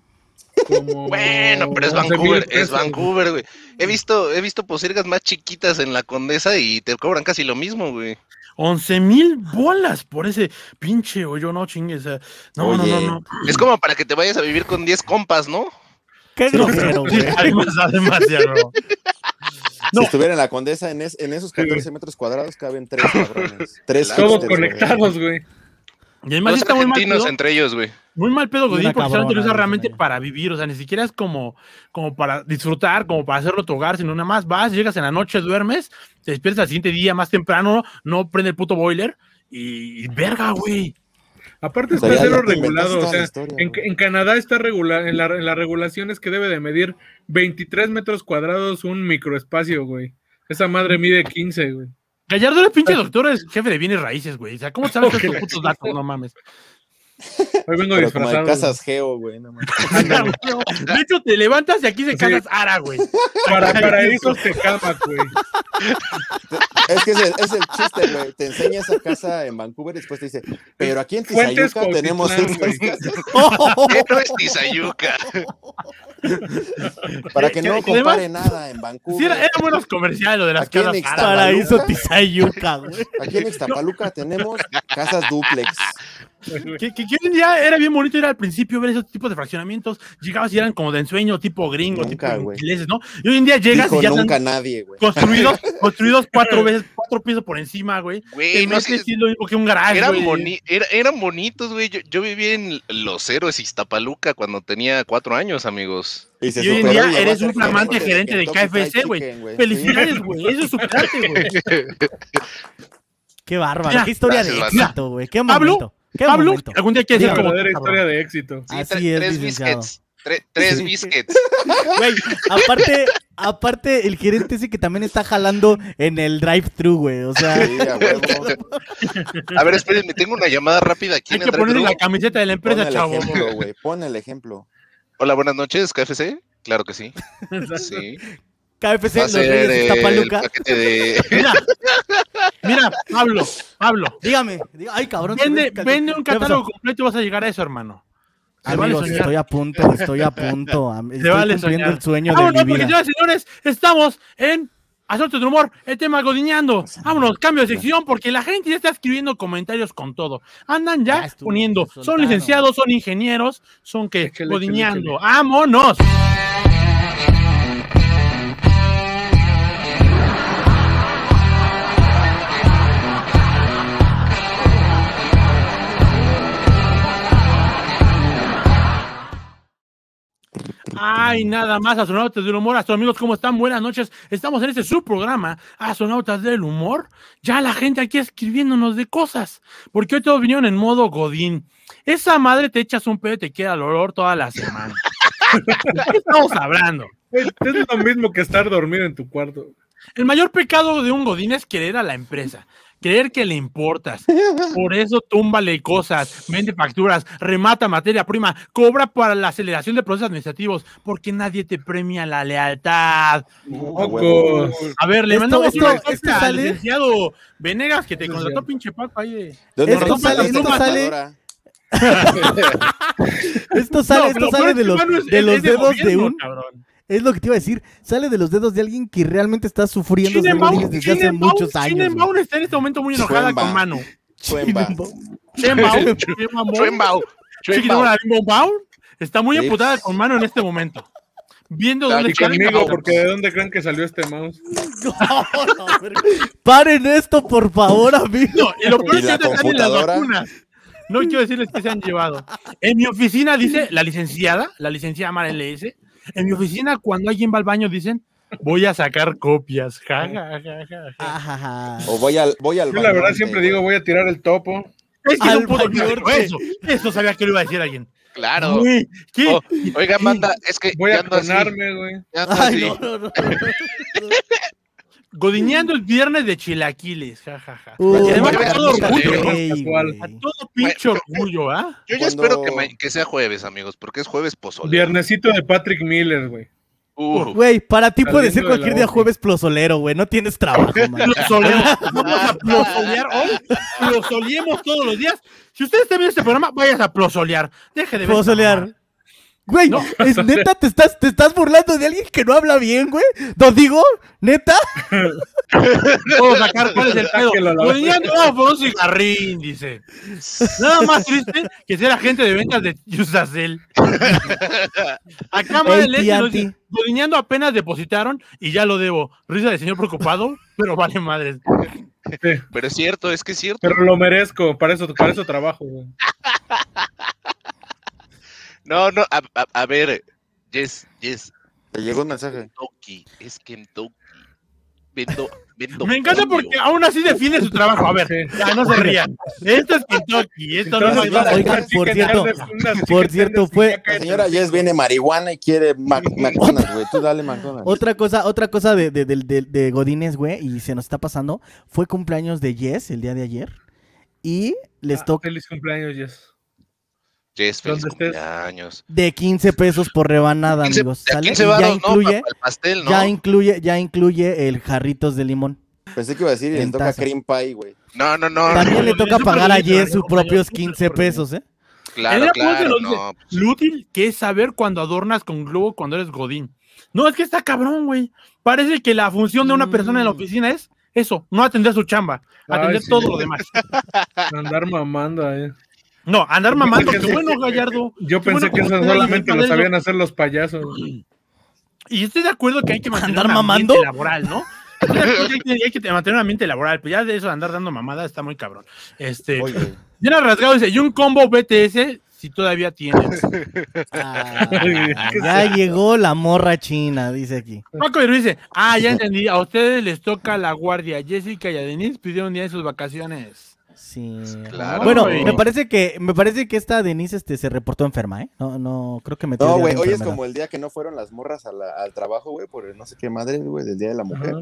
E: como-
D: Bueno, pero es
E: once mil
D: Vancouver, es
E: pesos.
D: Vancouver, güey. He visto, he visto posergas más chiquitas en la Condesa y te cobran casi lo mismo, güey.
B: 11 mil bolas por ese pinche hoyo, no chingues. o sea, No, no,
F: Oye.
B: no, no.
D: Es como para que te vayas a vivir con 10 compas, ¿no?
C: Qué grosero,
B: Sí,
C: güey.
B: además, además, ya no.
E: Ah,
F: Si estuviera en la condesa, en, es- en esos 14 metros cuadrados caben tres cabrones. Tres
D: Claro.
E: Todos
F: hipsters, güey.
E: conectados, güey.
B: Y además
D: Los
B: está muy mal
D: argentinos
B: pedo,
D: entre ellos, güey.
B: muy mal pedo
C: Y
B: Godín,
C: una
B: porque solamente lo
C: cabrona,
B: usa
C: dicen
B: realmente
C: allá.
B: para vivir, o sea, ni siquiera es como, como para disfrutar, como para hacerlo tu hogar, sino nada más vas, llegas en la noche, duermes, te despiertas al siguiente día más temprano, no prende el puto boiler y, y verga, güey.
E: Aparte
F: O sea,
E: está
F: ya-
E: cero
F: ya te inventaste
E: regulado, o
F: toda la
E: sea,
F: historia,
E: en,
F: güey.
E: en Canadá está regular, en, la, en las regulaciones que debe de medir 23 metros cuadrados un microespacio, güey. Esa madre mide 15, güey.
B: Gallardo era pinche doctor, es jefe de bienes raíces, güey. O sea, ¿cómo sabes todos estos putos datos? No mames.
E: Hoy vengo
F: Pero como
E: disfrazado.
F: de casas geo, güey. No mames.
B: de hecho, te levantas y aquí se casas ara, güey.
E: güey. Para paraísos te cama, güey.
F: es que es el, es el chiste, güey. Te enseña esa casa en Vancouver y después te dice, pero aquí en
E: Fuentes
F: Tizayuca tenemos
E: Cuautitlán,
F: estas
E: güey.
F: casas
D: Esto es Tizayuca.
F: para que no
B: Y además-
F: compare nada en
B: Sí,
F: Vancouver.
B: era, eran buenos comerciales lo de las
F: Aquí en
B: casas
F: Ixtapa-
B: ara.
C: Paraíso Tizayuca, güey.
F: Aquí en Ixtapaluca tenemos casas duplex.
B: Que, que, que hoy en día era bien bonito ir al principio ver esos tipos de fraccionamientos. Llegabas y eran como de ensueño, tipo gringo,
F: Nunca,
B: tipo
F: güey.
B: ingleses, ¿no? Y hoy en día llegas
F: Dijo
B: y ya
F: nunca
B: están
F: nadie, güey.
B: construidos, construidos cuatro veces, cuatro pisos por encima, güey.
D: Güey,
B: Que
D: no
B: no
D: sé,
B: sé si es lo mismo que un garage,
D: eran,
B: güey.
D: boni- era- eran bonitos, güey. Yo, yo viví en Los Héroes, Iztapaluca, cuando tenía cuatro años, amigos.
F: Y, se
B: Y hoy en
F: superó
B: día
F: llegó a
B: eres
F: ser
B: un flamante gerente de
F: Kentucky Fried
B: KFC, güey.
F: Chicken,
B: Felicidades, güey. Eso es superarte, güey.
C: Qué bárbaro.
B: Mira,
C: Qué historia de
D: gracias,
C: éxito, güey. Qué
B: Pablo,
C: momento. Qué
B: Pablo,
C: momento.
B: algún día quieres
E: La
B: ser como
E: verdadera
B: tú,
E: historia
B: cabrón.
E: de éxito.
D: Sí,
C: Así
D: tre-
C: es,
D: tres
C: licenciado.
D: biscuits. tre- tres biscuits.
C: Güey, aparte, aparte, el gerente ese que también está jalando en el drive-thru, güey. O sea,
F: Sí, a huevo.
D: A ver, espérenme, tengo una llamada rápida aquí
B: Hay
D: en
B: que
D: el
B: ponerle la
D: drive-thru.
B: camiseta de la
F: Pon
B: empresa,
F: el
B: chavo.
F: ejemplo, güey. Pon el ejemplo.
D: Hola, buenas noches, KFC. Claro que sí. Sí.
C: KFC,
D: Va a
C: los reyes
D: ser
C: de
D: eh, el
C: Iztapaluca.
D: paquete de.
B: Mira, mira, Pablo, Pablo.
C: Dígame. diga- Ay, cabrón.
B: Vende,
C: ¿qué-
B: vende un
C: qué pasó?
B: catálogo completo y vas a llegar a eso, hermano. Se vale
C: Amigos,
B: soñar.
C: estoy a punto, estoy a punto. am- Estoy
B: vale
C: cumpliendo
B: soñar. Ah, pues
C: el sueño de
B: Vámonos,
C: mi
B: porque
C: vida.
B: señoras y señores, estamos en Asuntos de Humor, el tema Godineando. Vámonos, cambio de sección, porque la gente ya está escribiendo comentarios con todo. Andan ya
C: Ya estuvo,
B: poniendo, son
C: soltaron.
B: licenciados, son ingenieros, son que
E: Échale, échale,
B: Godineando. ¡Vámonos! Ay, nada más, astronautas del humor, astroamigos, ¿cómo están? Buenas noches. Estamos en este subprograma, Astronautas del Humor. Ya la gente aquí escribiéndonos de cosas, porque hoy todos vinieron en modo Godín. Esa madre te echas un pedo y te queda el olor toda la semana. ¿De qué estamos hablando?
E: Güey, Es lo mismo que estar dormido en tu cuarto.
B: El mayor pecado de un Godín es querer a la empresa, creer que le importas. Por eso túmbale cosas, vende facturas, remata materia prima, cobra para la aceleración de procesos administrativos, porque nadie te premia la lealtad.
F: A huevo.
E: Mocos.
B: A ver, le
C: Esto-
B: mandamos
C: esto-
B: una respuesta
C: esto sale-
B: al licenciado Venegas que te
E: Esto
B: contrató
E: sale.
B: pinche paco ahí. de-
F: ¿De dónde
C: Esto
F: sacas
B: sale-
F: la
B: esto
F: computadora?
C: Esto sale,
B: No, pero
C: esto
B: lo
C: sale
B: peor
C: de
B: es que
C: los,
B: Manu es-
C: de
B: es-
C: los
B: es
C: dedos de
B: gobierno,
C: un.
B: cabrón.
C: Es lo que te iba a decir. Sale de los dedos de alguien que realmente está sufriendo de
B: Chinenbaum-
C: bullying desde hace
B: Chinenbaum-
C: muchos años. güey.
B: Chinenbaum está en este momento muy enojada
F: Chuemba.
B: con Manu.
F: Chuemba.
B: Chinenbaum, Chinenbaum,
D: Chuembao. Chuembao.
B: Chiquitibora Bimbombao está muy
F: Sí.
B: emputada con mano en este momento. Viendo
D: Está
B: dónde
E: Y
B: está el
E: conmigo,
B: cabrón.
E: porque ¿de dónde creen que salió este mouse?
C: No, no, pero- Paren esto, por favor, amigo.
B: No, y lo peor
F: ¿Y
B: es que ya
F: la
B: te salen las
F: computadora?
B: vacunas. No quiero decirles que se han llevado. En mi oficina dice la licenciada, la licenciada Mara LS. En mi oficina, cuando alguien va al baño, dicen voy a sacar copias. Ja, ja, ja, ja, ja.
E: Ah,
C: Ajaja.
F: O voy al, voy al
E: Yo la verdad
F: bañorte,
E: siempre
F: güey.
E: digo, voy a tirar el topo.
B: Es que no
C: Al
B: puedo creer
C: bañorte.
B: eso. Eso sabía que lo iba a decir alguien.
D: Claro.
B: Uy, ¿qué?
D: Oh, Oiga, manda, es que
E: Voy
D: Eh, ya
E: a
D: ando así,
E: clonarme, güey.
D: ya ando
C: Ay,
D: así.
C: no, no, no.
B: Godineando el viernes de chilaquiles. Ja, ja, ja.
C: Uy,
B: y además
D: qué
B: a todo
D: vergüenza,
B: orgullo.
C: güey,
E: casual.
B: A
C: güey.
B: todo pinche orgullo, ¿ah?
D: Yo ya
F: Cuando-
D: espero que, ma- que sea jueves, amigos, porque es jueves pozole.
E: Viernesito de Patrick Miller, güey.
D: Uh,
C: Güey, para ti puede ser
E: Saliendo de la
C: cualquier día
E: boca.
C: jueves plozolero, güey. No tienes trabajo, man.
B: Plosoleo. Vamos a plosolear hoy. Plosoleemos todos los días. Si ustedes están viendo este programa, vayas a plosolear. Deje de ver.
C: Puedo solear. Güey, es, neta, te estás, te estás burlando de alguien que no habla bien, güey. ¿Lo digo? ¿Neta?
B: Puedo sacar cuál es el pedo.
E: Sáquelo a la
B: Pues ya andaba por un cigarrín, dice. Nada más triste que ser agente de ventas de Yusacel. Acá Madeleine
C: Ey,
B: nos
C: tía,
B: dice, Dodiñando apenas depositaron y ya lo debo. Risa de señor preocupado, pero vale madres.
D: Pero es cierto, es que es cierto.
E: Pero lo merezco, para eso, para eso trabajo, güey.
D: No, no, a, a- a ver, Yes, Yes,
F: Te llegó un mensaje.
D: Kentucky, es Kentucky. Vendo, vendo
B: Me encanta
D: pollo.
B: porque aún así defiende su trabajo. A ver,
E: Sí.
B: ya no se rían. Esto es Kentucky, esto no
E: Entonces,
B: es
C: no,
E: vas a
C: oigan,
E: estar
C: por
E: chicken
C: cierto,
E: tenders, unas chicken
C: por cierto,
E: tenders y
C: fue-
E: caca
F: La
E: de
F: señora
E: tenders.
F: Jess viene marihuana y quiere Mac- McDonald's, güey. Tú dale McDonald's.
C: Otra cosa, otra cosa de, de, del- del- de Godínez, güey, y se nos está pasando. Fue cumpleaños de Jess el día de ayer. Y les
E: Ah,
C: toca
E: Feliz cumpleaños, Jess.
D: Yes, feliz
E: ¿Dónde estés?
D: cumpleaños.
C: de 15 pesos por rebanada,
D: 15
C: amigos.
D: de a
C: ¿sale?
D: 15
C: Y ya
D: varos, ¿no? Para
C: incluye,
D: el pastel, ¿no?
C: ya incluye, ya incluye el jarritos de limón.
F: Pensé que iba a decir y
C: En
F: le toca
C: taza.
F: cream pie, güey.
D: No, no, no.
C: También le
B: no,
C: toca
B: eso
C: pagar a
B: por litro,
C: Jess sus
B: ¿no?
C: propios
B: Por
C: 15
B: litro.
C: pesos, ¿eh?
B: En
D: Claro,
B: la punta
D: claro,
B: lo dice,
D: no.
B: Lo útil que es saber cuando adornas con globo cuando eres Godín. No, es que está cabrón, güey. Parece que la función de una persona en la
C: Mm.
B: oficina es eso, no atender su chamba,
E: Ay,
B: atender
E: sí.
B: todo lo demás.
E: Andar mamando, eh.
B: No, andar
E: Yo
B: mamando,
E: pensé
B: qué
E: que-
B: bueno, Gallardo.
E: Yo
B: Qué
E: pensé
B: bueno
E: que eso
B: ustedes las
E: solamente lo
B: mujeres
E: sabían hacer los payasos. güey.
B: Y yo estoy de acuerdo que hay que mantener
C: ¿Andar
B: un ambiente
C: mamando?
B: laboral, ¿no? Estoy de acuerdo que hay que- hay que mantener un ambiente laboral, pues ya de eso de andar dando mamada está muy cabrón. Este,
F: Oye.
B: Diana Rasgado dice, y un combo BTS si todavía tienes.
C: Ah, ya llegó la morra china, dice aquí.
B: Paco y Ruiz dice, ah, ya entendí, a ustedes les toca la guardia. A Jessica y a Denise pidieron un día de sus vacaciones.
C: Sí.
D: Claro.
C: Bueno,
B: Ay.
C: me parece que me parece que esta Denise este, se reportó enferma, ¿eh? No, no, creo que me
F: No, güey, hoy es como el día que no fueron las morras a la- al trabajo, güey, por el no sé qué madre, güey, del Día de la Mujer.
E: Ajá.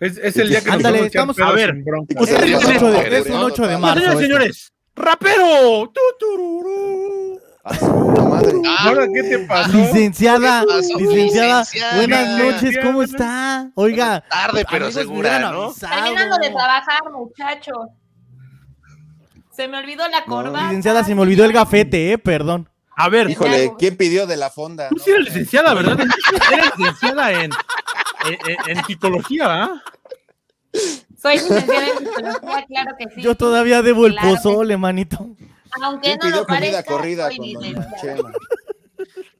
E: Es, es
F: Este
E: el día que nos
C: Ándale,
E: vamos echar
C: estamos-
E: pedos
B: a ver.
E: sin bronca.
F: Y pues
D: Es
F: el
D: un
F: día de las
D: 8 de-
F: mujeres,
D: es un
F: ¿no?
C: 8 de
F: Total.
C: marzo.
B: Señoras
C: este.
B: y
C: esto.
B: señores, rapero. Tu, tururú.
F: Ah, su puta madre.
D: Ah,
E: Ahora, ¿qué te pasó?
C: Licenciada,
D: ¿Qué pasó,
C: licenciada,
D: licenciada?
C: buenas noches,
E: Licenciada.
C: ¿cómo está? Oiga,
D: tarde, pero
C: amigos, me
D: segura,
C: hubieran
D: ¿no?
C: avisado.
H: Terminando de trabajar, muchachos. Se me olvidó la corbata.
C: Licenciada, se me olvidó el gafete, ¿eh? Perdón.
B: A ver,
F: Híjole, ¿quién pidió de la fonda?
B: tú
E: Pues
F: no?
B: sí eres licenciada, ¿verdad? Eres licenciada en, en- en- ¿ah? en psicología, ¿verdad?
H: Soy licenciada en psicología, claro que sí.
C: Yo todavía debo el
H: Claro que
C: pozole, manito.
H: Aunque
F: ¿Quién
H: no
F: pidió
H: lo
F: comida
H: parezca,
F: corrida
H: soy
F: con doña
H: licenciada.
F: Chema?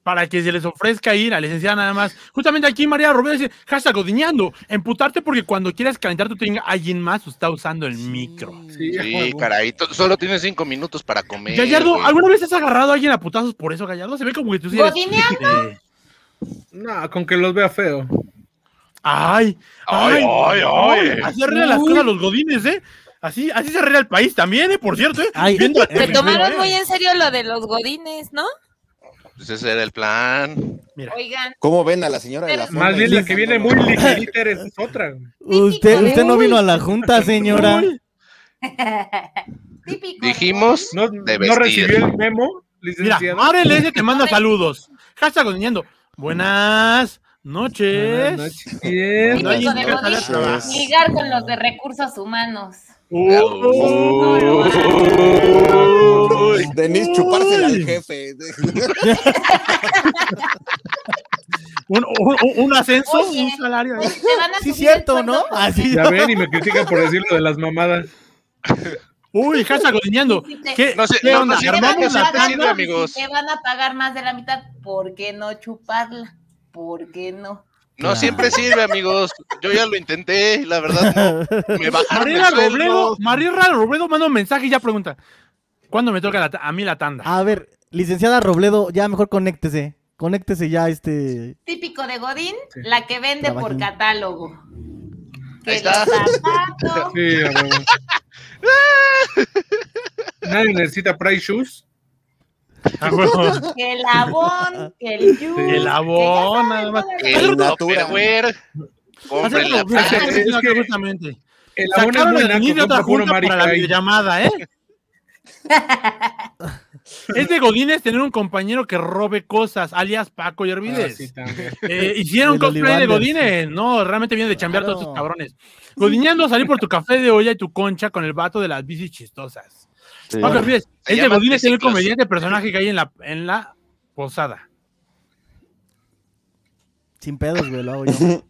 B: Para que se les ofrezca ir a licenciada nada más. Justamente aquí María Romero dice, hashtag godiñando, emputarte porque cuando quieras calentar tu tenga alguien más o está usando el micro.
E: Sí,
D: Sí,
E: huevo.
D: caray, to- solo tienes cinco minutos para comer.
B: Gallardo,
D: güey.
B: ¿alguna vez has agarrado a alguien a putazos por eso, Gallardo? Se ve como que
A: Pues
B: tú sí eres-
H: Godineando.
B: Eh,
E: No, con que los vea feo.
B: Ay,
D: Ay, ay, ay.
B: ay, Así arreglan las
H: Uy.
B: cosas los godines, ¿eh? Así, así se arregla el país también, ¿eh? Por cierto, ¿eh?
C: Ay,
B: Viendo a
H: Se
B: Terry
H: tomaron
B: Rivera,
H: muy
B: ¿eh?
H: en serio lo de los godines, ¿no?
D: Pues ese era el plan.
H: Oigan,
F: ¿Cómo ven a la señora de la fonda?
E: Más bien la que viene muy
F: Licenciada.
E: ligerita eres otra. güey.
C: Usted, usted no
H: Uy.
C: vino a la junta, señora.
H: típico.
D: Dijimos,
E: ¿No,
D: De
E: ¿no
D: vestir.
E: recibió el memo,
B: Mira,
E: licenciado?
B: Marel S te manda saludos. Hashtag godineando. Buenas
E: Buenas
B: noches.
E: noches. Bien.
H: Típico
B: Nadie
H: de
B: quiere salir a
H: godines,
B: trabajar.
H: ligar con los de recursos humanos.
B: Uh, Uy.
F: Denise, chupársela al jefe.
B: Un, un- un- un ascenso,
H: Oye.
B: un salario. ¿eh?
H: Pues, te van a
C: Sí,
H: subir
C: cierto,
H: el
C: ¿no?
H: sueldo.
C: Así.
E: Ya ven y me critican por decir lo de las mamadas.
B: Uy, hashtag godineando. ¿Qué,
D: No sé,
B: qué
D: no, no
B: onda?
D: sé,
H: Te van
B: ¿Armamos
H: a
D: no sé,
B: la
H: pagar-
D: sirve,
B: tanda?
D: amigos.
H: Te van a pagar más de la mitad. ¿Por qué no chuparla? ¿Por qué no?
D: No siempre sirve, amigos. Yo ya lo intenté, la verdad. no. Me bajaron el
B: Mariela
D: sueldo.
B: Robledo, Mariela Robledo manda un mensaje y ya pregunta. ¿Cuándo me toca la ta- a mí la tanda?
C: A ver, licenciada Robledo, ya mejor conéctese. Conéctese ya, este.
H: Típico de Godín, la que vende por
C: Trabajen.
H: catálogo. Que
D: Ahí está.
H: los zapatos,
E: Sí, a huevo. Nadie necesita Price Shoes.
B: Ah, bueno.
H: que el abón, que el yus,
B: El abón, nada más.
D: El
F: En natura.
D: Tupperware.
B: Hacer
D: Compren
B: la
D: la
B: oferta,
E: es
B: sí,
E: que-
B: absolutamente.
E: El abón es
B: Sacaron
E: muy
B: el
E: naco,
B: anillo de otra
E: compra puro
B: junta para la
E: marica ahí.
B: videollamada, ¿eh? es de Godínez tener un compañero que robe cosas, alias Paco y
E: Ah, sí,
B: Hervides.
E: también.
B: Eh, hicieron
C: Del
B: cosplay de
C: Ollivander,
B: Godínez. No, realmente viene de chambear
C: Claro.
B: todos estos cabrones. Godineando salir por tu café de olla y tu concha con el vato de las bicis chistosas. Paco Hervides,
D: Se
B: es de
D: llaman
B: este Godínez tener
D: triciclos.
B: comediante personaje que hay en la, en la posada.
C: Sin pedos, güey, lo hago yo.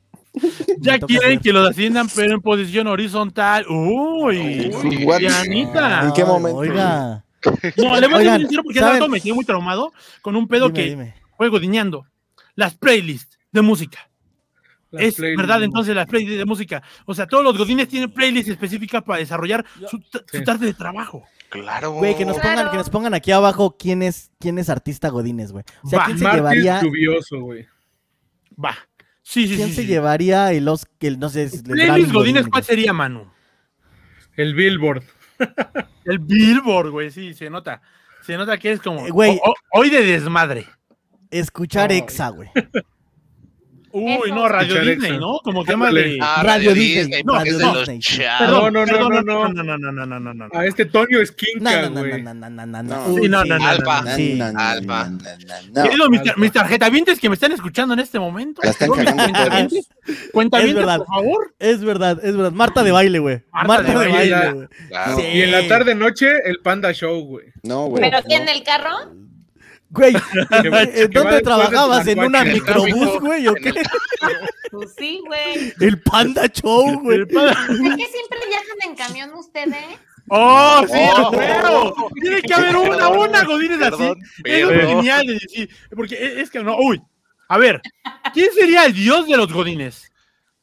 B: Ya
C: Me toca
B: quieren
C: hacer.
B: que los asciendan, pero en posición horizontal. Uy,
F: Uy, what?
B: Dianita.
F: ¿En qué
C: Ay,
F: momento?
C: Oiga,
B: No, le voy a
C: Ah.
B: ser
C: Oigan,
B: sincero porque hace
C: ¿saben?
B: rato me quedé muy traumado con un pedo
C: dime,
B: que
C: dime.
B: fue godineando. Las playlists de música.
E: Las
B: es
E: playlists.
B: verdad, entonces las playlists de música. O sea, todos los godines tienen playlists específicas para desarrollar su, ta- su
E: Sí.
B: tarde de trabajo.
D: Claro.
C: Güey, que nos
H: Claro.
C: pongan, que nos pongan aquí abajo quién es, quién es artista Godínez, güey. O sea,
B: Va,
C: quién se
E: Martín
C: llevaría,
E: lluvioso, güey.
B: Va. Sí, sí,
C: quién
B: sí,
C: se
B: sí.
C: llevaría el Oscar, el, no sé, si- el Grammy
B: Playlist godines,
C: Godínez,
B: ¿cuál
C: güey?
B: sería, Manu?
E: El Billboard.
B: El Billboard, güey, sí, se nota. Se nota que es como
C: Eh, güey.
B: o- o- hoy de desmadre.
C: Escuchar
E: Ay.
C: Exa, güey.
B: Uy,
H: Eso.
B: no, Radio
E: Escuchar
B: Disney,
E: Exa.
B: ¿no? Como que más de.
D: Ah,
C: Radio
D: Radio
C: Disney,
D: Disney,
C: no,
D: porque es
C: no,
D: de los
C: Disney.
D: chavos.
B: Perdón,
E: No, no, no,
B: perdón,
E: no,
B: no, no, no, no, no, no, no, no.
E: A este Toño
C: No,
E: Esquinca,
C: no, no,
E: güey.
C: no, no, no, no,
F: No.
C: no. Uy,
B: Sí, no, no, no,
D: Alfa.
C: no, sí.
F: Na, na, na,
D: Alfa.
F: na, na, na, na.
B: Querido, mis, tar-
E: Alfa.
B: mis tarjetavientes que me están escuchando en este momento.
F: La están
B: Mis
F: cagando
B: cuentavientes,
C: Es
B: cuentavientes,
C: verdad.
B: por favor.
C: Es verdad, es verdad. Marta de baile, güey.
B: Marta
C: Marta
B: de
C: de
E: baile.
C: baile, güey.
D: Claro.
C: Sí.
E: Y en la tarde noche, el Panda Show, güey.
F: No, güey.
H: ¿Pero
F: no.
H: quién en el carro?
C: Güey,
E: Que va-
C: ¿en
E: que va
C: ¿dónde
E: después de
C: trabajabas? ¿En
E: Tlacuache,
C: una
E: en el
C: microbús,
D: tráfico.
C: güey? ¿O
D: En el
C: qué?
H: Pues sí, güey.
C: El Panda Show, güey.
H: ¿Por qué siempre viajan en camión ustedes?
B: ¡Oh, sí,
D: Oh.
B: claro! Tiene que haber una,
D: Perdón,
B: una, Godínez así.
D: Perdón,
B: Eso es
D: perdón.
B: genial de decir. Porque e- es que no, uy. A ver, ¿quién sería el dios de los Godines?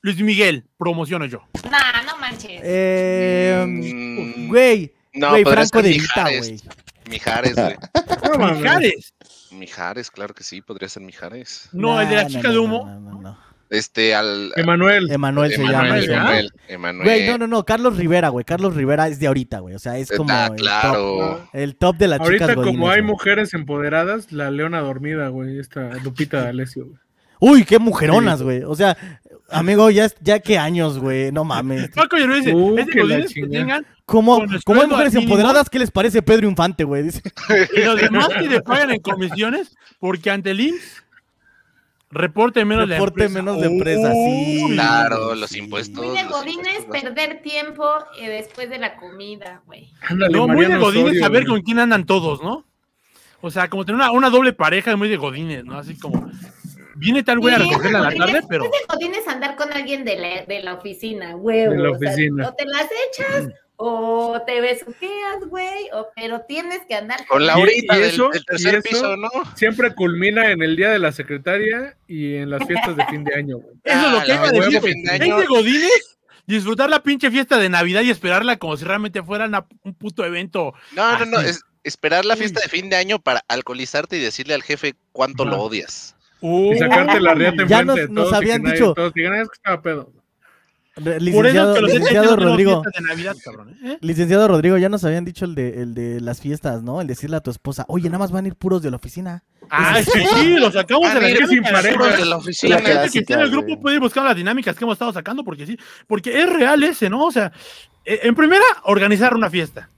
B: Luis Miguel, promociono yo.
H: Nah, no manches.
C: Eh,
D: Mm,
C: Güey,
D: no,
C: güey,
D: podría
C: Franco
D: ser
C: de Vita,
D: Mijares.
C: güey.
D: Mijares, güey.
E: No mames.
B: Mijares.
D: Mijares, claro que sí, podría ser Mijares.
B: No, el de la
C: Nah,
B: chica
C: no,
B: de
C: no,
B: humo.
C: no, no, no.
D: Este, al.
B: Eh,
E: Emanuel.
C: Emanuel se llama
B: Emanuel,
C: ese,
B: ¿verdad?
C: ¿no?
D: Emanuel, Emanuel.
C: Güey, no, no, no, Carlos Rivera, güey. Carlos Rivera es de ahorita, güey. O sea, es como
D: Ah,
C: el, top,
D: claro.
C: el top de las
E: Ahorita,
C: chicas godines,
E: como hay
C: güey.
E: mujeres empoderadas, la leona dormida, güey. Esta Lupita D'Alessio, güey.
C: Uy, qué mujeronas, güey. O sea, amigo, ya, es- ya qué años, güey. No mames.
B: Paco Yerbe dice,
E: Uh,
B: es de
E: que la
B: Godines que
E: chingada.
B: tengan
C: Como,
B: Con
C: como hay
B: respaldo
C: mujeres
B: al mínimo.
C: empoderadas, ¿qué les parece Pedro Infante, güey? Dice,
B: y los demás que le pagan en comisiones porque ante el IMSS reporte menos de
C: Reporte menos de empresa, sí.
D: Claro, los
C: Sí.
D: impuestos.
H: Muy de
D: los
H: godín es
D: impuestos.
H: perder tiempo eh, después de la comida, güey.
E: Ándale,
B: No, muy de
E: Mariano
B: Godines
E: Osorio,
B: saber
E: güey.
B: con quién andan todos, ¿no? O sea, como tener una, una doble pareja es muy de Godines, ¿no? Así como, viene tal güey a
H: Sí,
B: recogerla a la
H: godín es-
B: tarde, pero...
H: Es de godín es andar con alguien de la, de la oficina, huevo.
E: De la
H: o sea,
E: oficina.
H: o te las echas, o te besuqueas, güey, o- pero tienes que andar.
D: Con
E: ¿Y-
D: Laurita
E: y
D: del,
E: eso?
D: del
E: ¿Y
D: tercer
E: eso?
D: piso, ¿no?
E: Siempre culmina en el día de la secretaria y en las fiestas de fin de año, güey.
B: Eso es lo que
D: Ah,
B: iba a
D: la
B: decir,
D: huevo,
B: güey.
D: fin de
B: Es
D: año.
B: de Godines disfrutar la pinche fiesta de Navidad y esperarla como si realmente fuera una- un puto evento.
D: No,
E: Ah,
D: no, no.
B: Así.
D: es esperar la
B: Uy.
D: fiesta de fin de año para alcoholizarte y decirle al jefe cuánto
E: Ajá.
D: lo odias.
B: Oh,
E: Y sacarte la riata
B: Uy.
E: enfrente
C: Ya nos-
E: de todos.
C: nos
E: y que
C: habían
E: nadie-
C: dicho-
E: Todos digan, "Ah, es que estaba pedo.
C: Re-
B: Por eso
C: licenciado
B: que los hechos
C: licenciado
B: no tenemos
C: Rodrigo.
B: fiestas de Navidad, cabrón. ¿eh?
C: Licenciado Rodrigo, ya nos habían dicho el de, el de las fiestas, ¿no? El decirle a tu esposa, oye, nada más van a ir puros de la oficina.
B: Ah,
C: Ese
B: sí, sí, lo sacamos de
D: Ah,
B: la dinámica
D: mira,
E: sin
B: Pues, de la
E: pareja.
B: prueba.
D: de la
B: La
D: oficina.
F: Claro.
B: gente que
F: clásica,
B: tiene el grupo
F: güey.
B: puede ir buscar las dinámicas que hemos estado sacando, porque sí, porque es real ese, ¿no? O sea, eh, en primera, organizar una fiesta.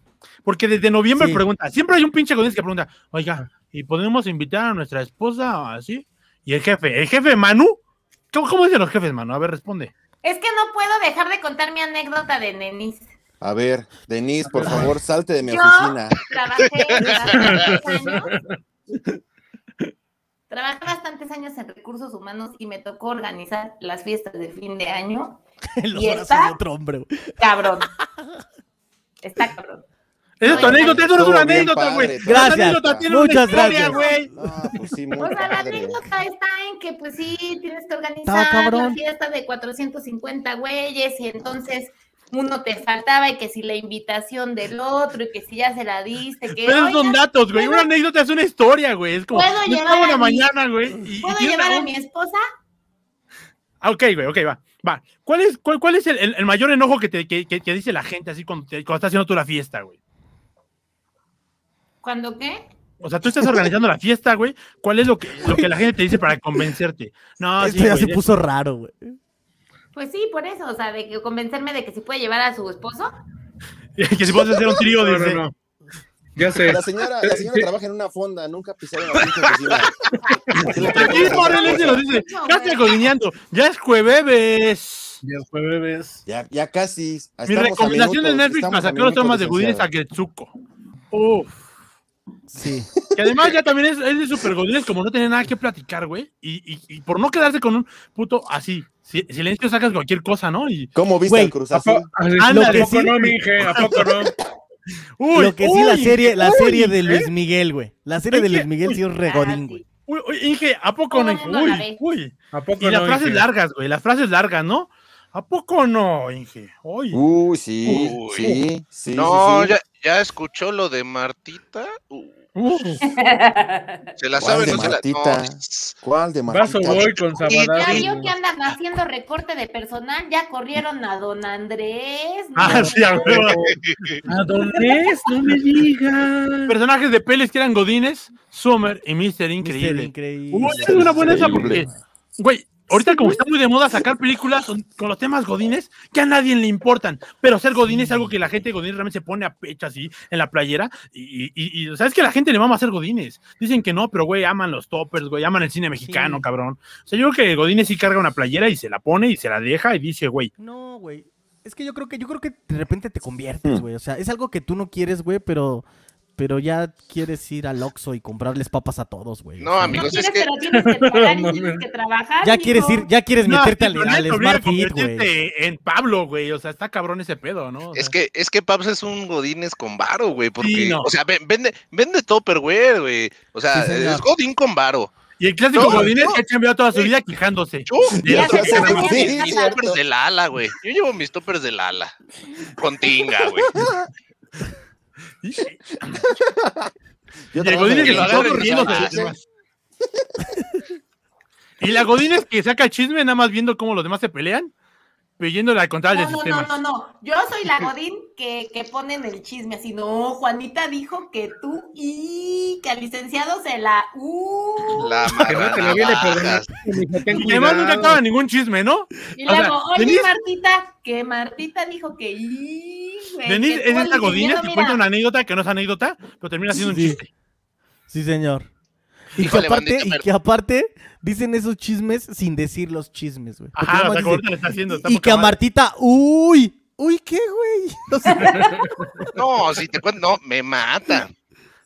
B: Porque desde noviembre
C: Sí.
B: pregunta, siempre hay un pinche godín que pregunta, oiga, ¿y podemos invitar a nuestra esposa así? Y el jefe, ¿el jefe Manu? ¿Cómo, cómo dicen los jefes, Manu? A ver, responde.
H: Es que no puedo dejar de contar mi anécdota de Nenis.
F: A ver, Denise, por favor, salte de mi
H: Yo.
F: oficina.
H: Trabajé bastantes años. Trabajé bastantes años en recursos humanos y me tocó organizar las fiestas de fin de año.
C: En los
H: ¿Y
C: brazos
H: está?
C: de otro hombre, güey.
H: Cabrón. Está cabrón.
B: Esa es tu
H: Oye,
B: anécdota, eso no es
F: estuvo
B: una
F: bien
B: anécdota,
F: padre,
B: güey.
F: todo.
B: Esa
C: Gracias,
B: anécdota tiene
C: muchas
B: una historia,
C: gracias.
B: güey.
F: No, pues sí, muy
H: O sea, la
F: padre.
H: anécdota está en que, pues sí, tienes que
C: Estaba
H: organizar
C: cabrón.
H: la fiesta de 450 güeyes y entonces uno te faltaba y que si la invitación del otro y que si ya se la diste, que
B: Pero esos
H: "Oigan,
B: son datos, güey. Una
H: ¿puedo-
B: anécdota es una historia, güey. Es como,
H: ¿Puedo
B: yo
H: llevar
B: estaba
H: a
B: una
H: mi-
B: mañana, güey. y- y
H: ¿puedo
B: tiene una
H: llevar a
B: hora-
H: mi esposa?
B: Ah, Ok, güey, ok, va. Va. ¿Cuál es, cuál, cuál es el, el- el mayor enojo que, te, que, que- que dice la gente así cuando, te- cuando estás haciendo tú la fiesta, güey?
H: ¿Cuándo qué?
B: O sea, tú estás organizando la fiesta, güey. ¿Cuál es lo que, lo que la gente te dice para convencerte? No, Ah, sí,
C: Esto Este ya
B: güey,
C: se puso raro, güey.
H: Pues sí, por eso, o sea, de que convencerme de que si puede llevar a su esposo.
B: que si puedes hacer un trío
E: No,
B: dice,
E: no, no. Ya sé.
F: La señora, la señora trabaja en una fonda, nunca pisaron la pinche oficina. Así pues, le
B: Aquí
F: preguntan,
B: Morel se lo dice.
H: No,
B: Ya
H: güey.
B: está codineando. Ya es jueves.
E: Ya fue bebés.
F: Ya, ya casi.
B: Oh. Mi recomendación de Netflix para sacar los temas de Goodin es a Getsuko. Uf.
C: Sí.
B: Que además ya también es, es de super godines, como no tiene nada que platicar, güey. Y, y- y por no quedarse con un puto así, si- silencio sacas cualquier cosa, ¿no? Y,
F: ¿Cómo viste
C: Güey,
F: al Cruz Azul?
E: ¿A
C: Ándale,
E: poco
C: sí.
E: no, mije? ¿A poco no?
B: uy,
C: Lo que sí, la
B: uy,
C: serie, la
B: uy,
C: serie de
B: ¿eh?
C: Luis Miguel, güey. La serie de
B: Oye,
C: Luis Miguel sí es regodín,
H: Ah,
C: güey.
B: Uy, uy, Inge, ¿a poco no?
H: Todo
B: Inge?
H: mundo la
B: Uy,
H: ve.
B: uy.
E: ¿A poco
B: Y
E: no?
B: las frases
E: Inge?
B: largas, güey, las frases largas, ¿no? ¿A poco no, Inge? Uy.
F: Uy, sí,
D: Uy.
F: sí, sí.
D: No,
F: sí, sí.
D: ya, ya escuchó lo de Martita. Uh,
B: Uh.
D: se la
F: ¿Cuál
D: sabe,
F: de
D: no se la. no,
F: Martita? ¿Cuál de
E: Vaso
F: Martita?
E: voy con
H: Ya
E: Sabadazo.
H: vio que andan haciendo recorte de personal, ya corrieron a don Andrés. ¿no?
B: Ah, sí, a huevo.
E: ¿A dónde es? No me digas.
B: Personajes de peles que eran Godines, Summer y Mister Increíble.
C: Mister Increíble.
B: Uy, es una buena esa porque,
F: Increíble.
B: güey, ahorita como está muy de moda sacar películas con- con los temas godines que a nadie le importan, pero ser godín es algo que la gente godín realmente se pone a pecho así en la playera y, y, y- y, o sea, es que la gente le va a hacer godines. Dicen que no, pero güey, aman los toppers, güey, aman el cine mexicano,
C: Sí.
B: cabrón. O sea, yo creo que godines sí carga una playera y se la pone y se la deja y dice, güey,
C: No, güey. Es que yo creo que yo creo que de repente te
D: Mm.
C: conviertes, güey. O sea, es algo que tú no quieres, güey, pero pero ya quieres ir al Oxxo y comprarles papas a todos, güey. O
D: No,
C: sea,
H: No
D: amigos,
H: quieres,
D: es que-
H: pero tienes que pagar y
E: No,
H: tienes
E: no.
H: que trabajar.
C: Ya
H: mijo.
C: quieres ir, ya quieres
B: no,
C: meterte al,
B: pero nadie
C: al
B: te obliga a
C: Smart Fit, güey.
B: convertirte en Pablo, güey. O sea, está cabrón ese pedo, ¿no? O sea,
D: Es que, es que Pabs es un Godínez con varo, güey, porque,
B: no.
D: o sea, ven- vende, vende Topperware, güey, o sea,
C: Sí, señor.
D: es Godín con varo.
B: Y el clásico
D: No,
B: Godínez
D: no.
B: que ha cambiado toda su vida quejándose.
D: Yo
B: Ya
D: yo
H: se
D: llevo
H: sabe,
D: mis-
H: sí,
D: mis
H: es cierto.
D: toppers del ala, güey, yo llevo mis toppers del ala, con tinga, güey.
F: Yo
B: Y el
F: trabajo
B: Godínez
F: en el
B: que lo
F: Cruz Azul,
B: agarra riéndose de los
F: ¿sí?
B: demás. Y la Godínez que saca chisme nada más viendo cómo los demás se pelean, pero yéndole al contrario
H: No,
B: del
H: no,
B: sistema.
H: no, no, no. Yo soy la Godín que, que pone en el chisme así. No, Juanita dijo que tú y que al licenciado se la. Uh,
D: La
E: Que no te la viene por
D: marranavajas.
E: Dije, ten
B: Y además nunca
E: cuidado.
B: acaba ningún chisme, ¿no?
H: y
B: o sea,
H: luego, oye,
B: Denise-
H: Martita, que Martita dijo que. Y, güey,
B: Denise
H: que
B: es
H: tú al
B: esta Godínez
H: licenciado,
B: que
H: mira,
B: cuenta una anécdota que no es anécdota, pero termina siendo un
C: Sí.
B: chiste.
C: Sí, señor. Y
D: Híjole,
C: que aparte,
D: bandita,
C: y
D: pero-
C: que aparte dicen esos chismes sin decir los chismes, güey. Porque
B: Ajá, o
C: nada
B: sea,
C: más
B: como
C: dicen,
B: ahorita le está haciendo. está
C: y
B: poca
C: que a
B: madre.
C: Martita, uy, uy, ¿qué, güey? O sea,
D: No, si te cuento, no, me mata.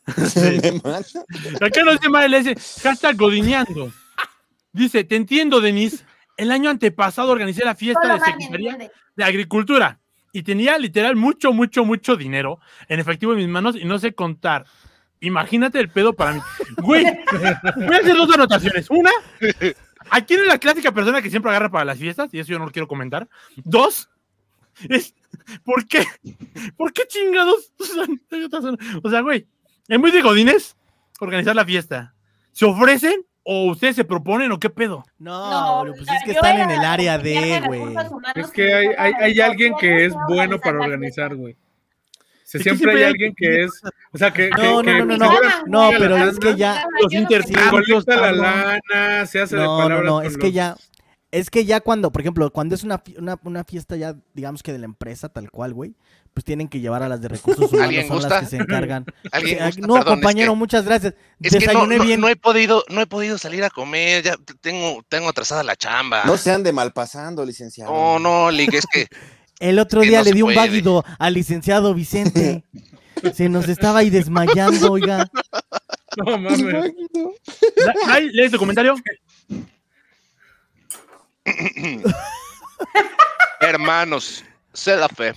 F: Me mata.
B: Acá no dice mal, le dice, hashtag godineando. Dice, te entiendo, Denise. El año antepasado organicé la fiesta
H: solo
B: de
H: Marvin
B: secundaria
H: entiende.
B: de agricultura y tenía literal mucho, mucho, mucho dinero en efectivo en mis manos y no sé contar. Imagínate el pedo para mí. Güey, voy a hacer dos anotaciones. Una, ¿a quién es la clásica persona que siempre agarra para las fiestas? Y eso yo no lo quiero comentar. Dos, es, ¿por qué? ¿Por qué chingados? son- son- O sea, güey, es muy de Godines organizar la fiesta. ¿Se ofrecen o ustedes se proponen o qué pedo?
C: no, boludo, pues
H: la-
C: es que
H: yo
C: están
H: era
C: en el área
H: la secretaria
C: de, güey.
H: recursos humanos
E: Es que hay, hay, hay alguien que es bueno para organizar, güey. O sea,
B: Es que
E: siempre
B: siempre
E: hay
B: hay
E: alguien que es. O sea, que. que-
C: No, no,
E: que
C: no, no, no,
E: figura-
C: no, pero
E: la
C: es que ya,
B: Los intercambios,
E: Recolecta la
B: cabrón.
E: lana, se hace de
C: No, no,
E: palabras.
C: no,
E: con
C: es que
E: los-
C: ya, es que ya cuando, por ejemplo, cuando es una, fi- una, una fiesta ya, digamos que de la empresa, tal cual, güey, pues tienen que llevar a las de recursos humanos,
D: ¿Alguien
C: son las
D: gusta?
C: que se encargan.
D: Alguien
C: Sí,
D: gusta?
C: Ah, no,
D: Perdón, es
C: compañero,
D: que-
C: muchas gracias.
D: Es que no,
C: Desayuné
D: no,
C: bien.
D: no he podido, no he podido salir a comer, ya tengo, tengo atrasada la chamba.
F: No se ande malpasando, licenciado.
D: No, no, Lick, es que
C: El otro
D: que
C: día
D: no
C: le
D: se
C: di un
D: puede.
C: váguido al licenciado Vicente. Se nos estaba ahí desmayando, oiga.
E: No mames.
B: Ray, ¿Lees tu comentario?
D: Hermanos, sé la fe.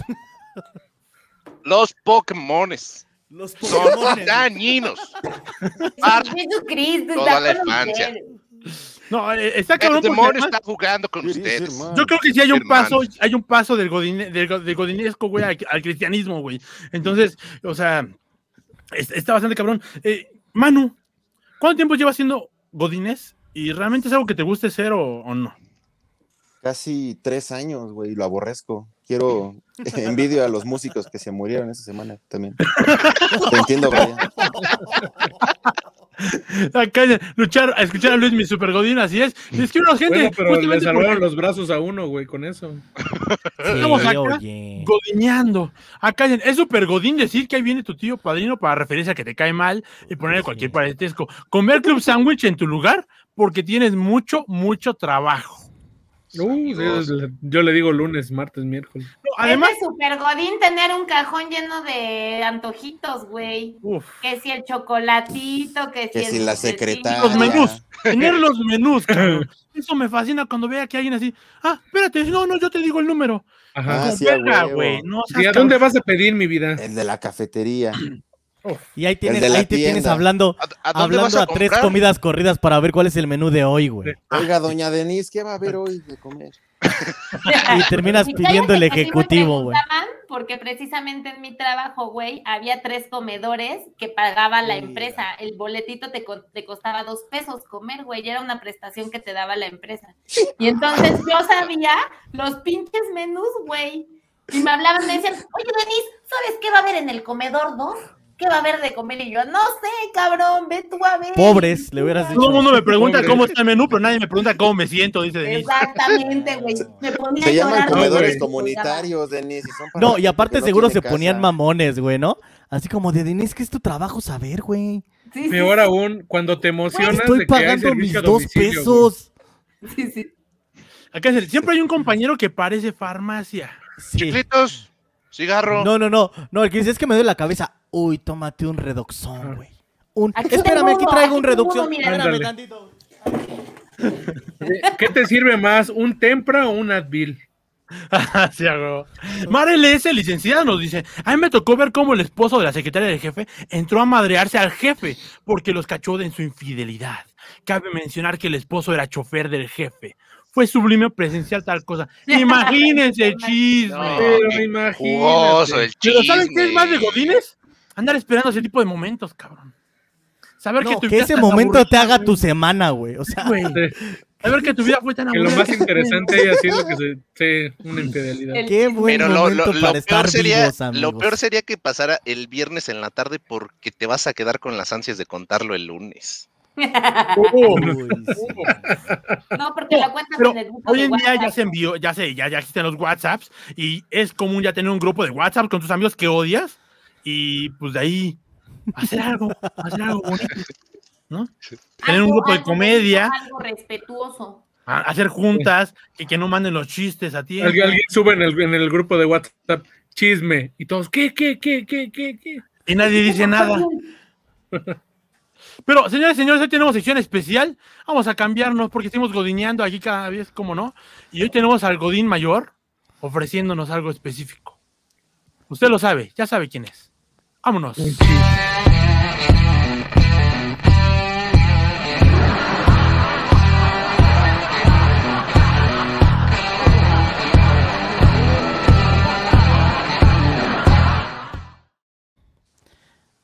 D: Los Pokémones
C: Los
D: son dañinos. Para
H: Jesucristo,
D: Toda
H: está
D: la
H: con
D: infancia.
H: ustedes.
B: No, eh, está
D: El
B: cabrón. porque
D: demonio
B: además-
D: Este está jugando con ustedes.
B: Yo creo que sí hay un
D: Hermanos.
B: paso, hay un paso del, godine- del, go- del godinesco, güey, al, al cristianismo, güey. Entonces, o sea, es- está bastante cabrón. Eh, Manu, ¿cuánto tiempo llevas siendo godines? ¿Y realmente es algo que te guste ser o, o no?
F: Casi tres años, güey, lo aborrezco. Quiero envidio a los músicos que se murieron esa semana también. Te entiendo, Brian.
B: Acá dice, luchar, a escuchar a Luis, mi super godín, así es. Y es que unos gente,
E: Bueno, pero le
B: justamente
E: salvaron
B: porque-
E: los brazos a uno, güey, con eso.
B: Estamos acá,
C: oye.
B: Godineando. Acá dicen, es super godín decir que ahí viene tu tío padrino para referirse a que te cae mal y ponerle cualquier parentesco. Comer club sándwich en tu lugar porque tienes mucho, mucho trabajo.
E: Uh,
D: Amigos.
E: es- yo le digo lunes, martes, miércoles.
B: Además,
H: es de super godín tener un cajón lleno de antojitos, güey.
B: uf,
H: Que si el chocolatito, que si,
F: Que
H: el
F: si la
H: dulcecito.
F: secretaria.
B: Los menús. tener los menús, cabrón. Eso me fascina cuando vea que alguien así, ah, espérate, no, no, yo te digo el número.
E: Ajá.
F: Ah,
B: Como,
F: sí, a
B: "Verga,
F: huevo.
B: güey, no seas
E: ¿Y a
B: cabrón".
E: dónde vas a pedir mi vida?
F: El de la cafetería.
C: Y ahí, tienes,
F: de la
C: ahí te tienes
F: tienda.
C: hablando,
D: ¿A, a dónde vas
C: hablando
D: a,
C: a, tres
D: comprar?
C: comidas corridas para ver cuál es el menú de hoy, güey.
F: Oiga, doña Denise, ¿qué va a haber hoy de comer?
C: Y terminas
H: Y
C: pidiendo
H: cállate,
C: el
H: que Ah, sí me
C: ejecutivo, güey.
H: preguntaban, Porque precisamente en mi trabajo, güey, había tres comedores que pagaba la
F: Mira.
H: empresa. El boletito te, co- te costaba dos pesos comer, güey, y era una prestación que te daba la empresa. Y entonces yo sabía los pinches menús, güey. Y me hablaban, me decían, oye, Denise, ¿sabes qué va a haber en el comedor dos? ¿Qué va a haber de comer? Y yo, no sé, cabrón, ve tú a ver.
C: Pobres, le hubieras dicho.
B: Todo el mundo me pregunta
E: Hombre.
B: cómo está el menú, pero nadie me pregunta cómo me siento, dice Denise.
H: Exactamente, güey. Me ponía
F: Se
H: a
F: llaman
H: llorar, güey.
F: comedores
E: güey.
F: comunitarios, Denise. y son para
C: No,
F: gente
C: y aparte
F: que no
C: seguro
F: tiene
C: se ponían
F: casa.
C: mamones, güey, ¿no? Así como de Denise, que es tu trabajo saber, güey.
H: Sí, sí,
E: Peor aún, cuando te emocionas
C: Estoy
E: de que hay
C: pagando mis
E: servicio a
C: dos
E: domicilio,
C: pesos.
H: sí, sí.
B: Acá es el- siempre hay un compañero que parece farmacia.
C: Sí.
D: Chiclitos, cigarro.
C: No, no, no. No, el que dice es que me duele la cabeza. Uy, tómate un redoxón, güey. Un...
H: Aquí
C: Espérame,
H: tengo
C: aquí
H: uno,
C: traigo
H: aquí
C: un
H: tengo
C: redoxón.
H: uno, mira.
C: Espérame
E: Ándale.
C: tantito.
E: güey. ¿Qué te sirve más, un Tempra o un Advil?
B: Ah, sí, a huevo. Mara LS, licenciada, nos dice: A mí me tocó ver cómo el esposo de la secretaria del jefe entró a madrearse al jefe porque los cachó de su infidelidad. Cabe mencionar que el esposo era chofer del jefe. Fue sublime presencial tal cosa. Imagínense el chisme.
D: No,
E: Pero
D: qué
E: imagínate.
D: Jugoso, el
B: Pero ¿saben qué es
D: chisme.
B: más de Godines? Andar esperando ese tipo de momentos, cabrón. Saber
C: No,
B: que tu
C: que
B: vida
C: ese
B: tan
C: momento te haga
B: aburrida,
C: tu semana, güey. O sea,
B: güey. Saber que tu vida fue tan
E: Que lo
B: aburrida.
E: más interesante haya sido que se, sí, una infidelidad.
H: El-
C: qué buen
D: Pero lo,
C: momento
D: lo- lo
C: para estar
D: peor sería,
C: vivos, amigos.
D: lo peor sería que pasara el viernes en la tarde porque te vas a quedar con las ansias de contarlo el lunes.
C: Uy, sí.
H: No, porque lo cuentas
B: Pero
H: en el grupo
B: hoy
H: de
B: en día ya
H: WhatsApp.
B: se envió, ya se, ya, ya existen los WhatsApps y es común ya tener un grupo de WhatsApp con tus amigos que odias y pues de ahí hacer algo, hacer algo bonito, ¿no? Tener un
H: Algo-
B: grupo de
H: algo
B: comedia,
H: bonito, Algo respetuoso.
B: a- hacer juntas y que no manden los chistes a ti.
E: Algu- alguien sube en el, en el grupo de WhatsApp chisme y todos, ¿qué, qué, qué, qué, qué, qué?
B: Y nadie dice nada. Pero, señores, señores, hoy tenemos sección especial. Vamos a cambiarnos porque estamos godineando aquí cada vez, como no. Y hoy tenemos al Godín Mayor ofreciéndonos algo específico. Usted lo sabe, ya sabe quién es. Vámonos.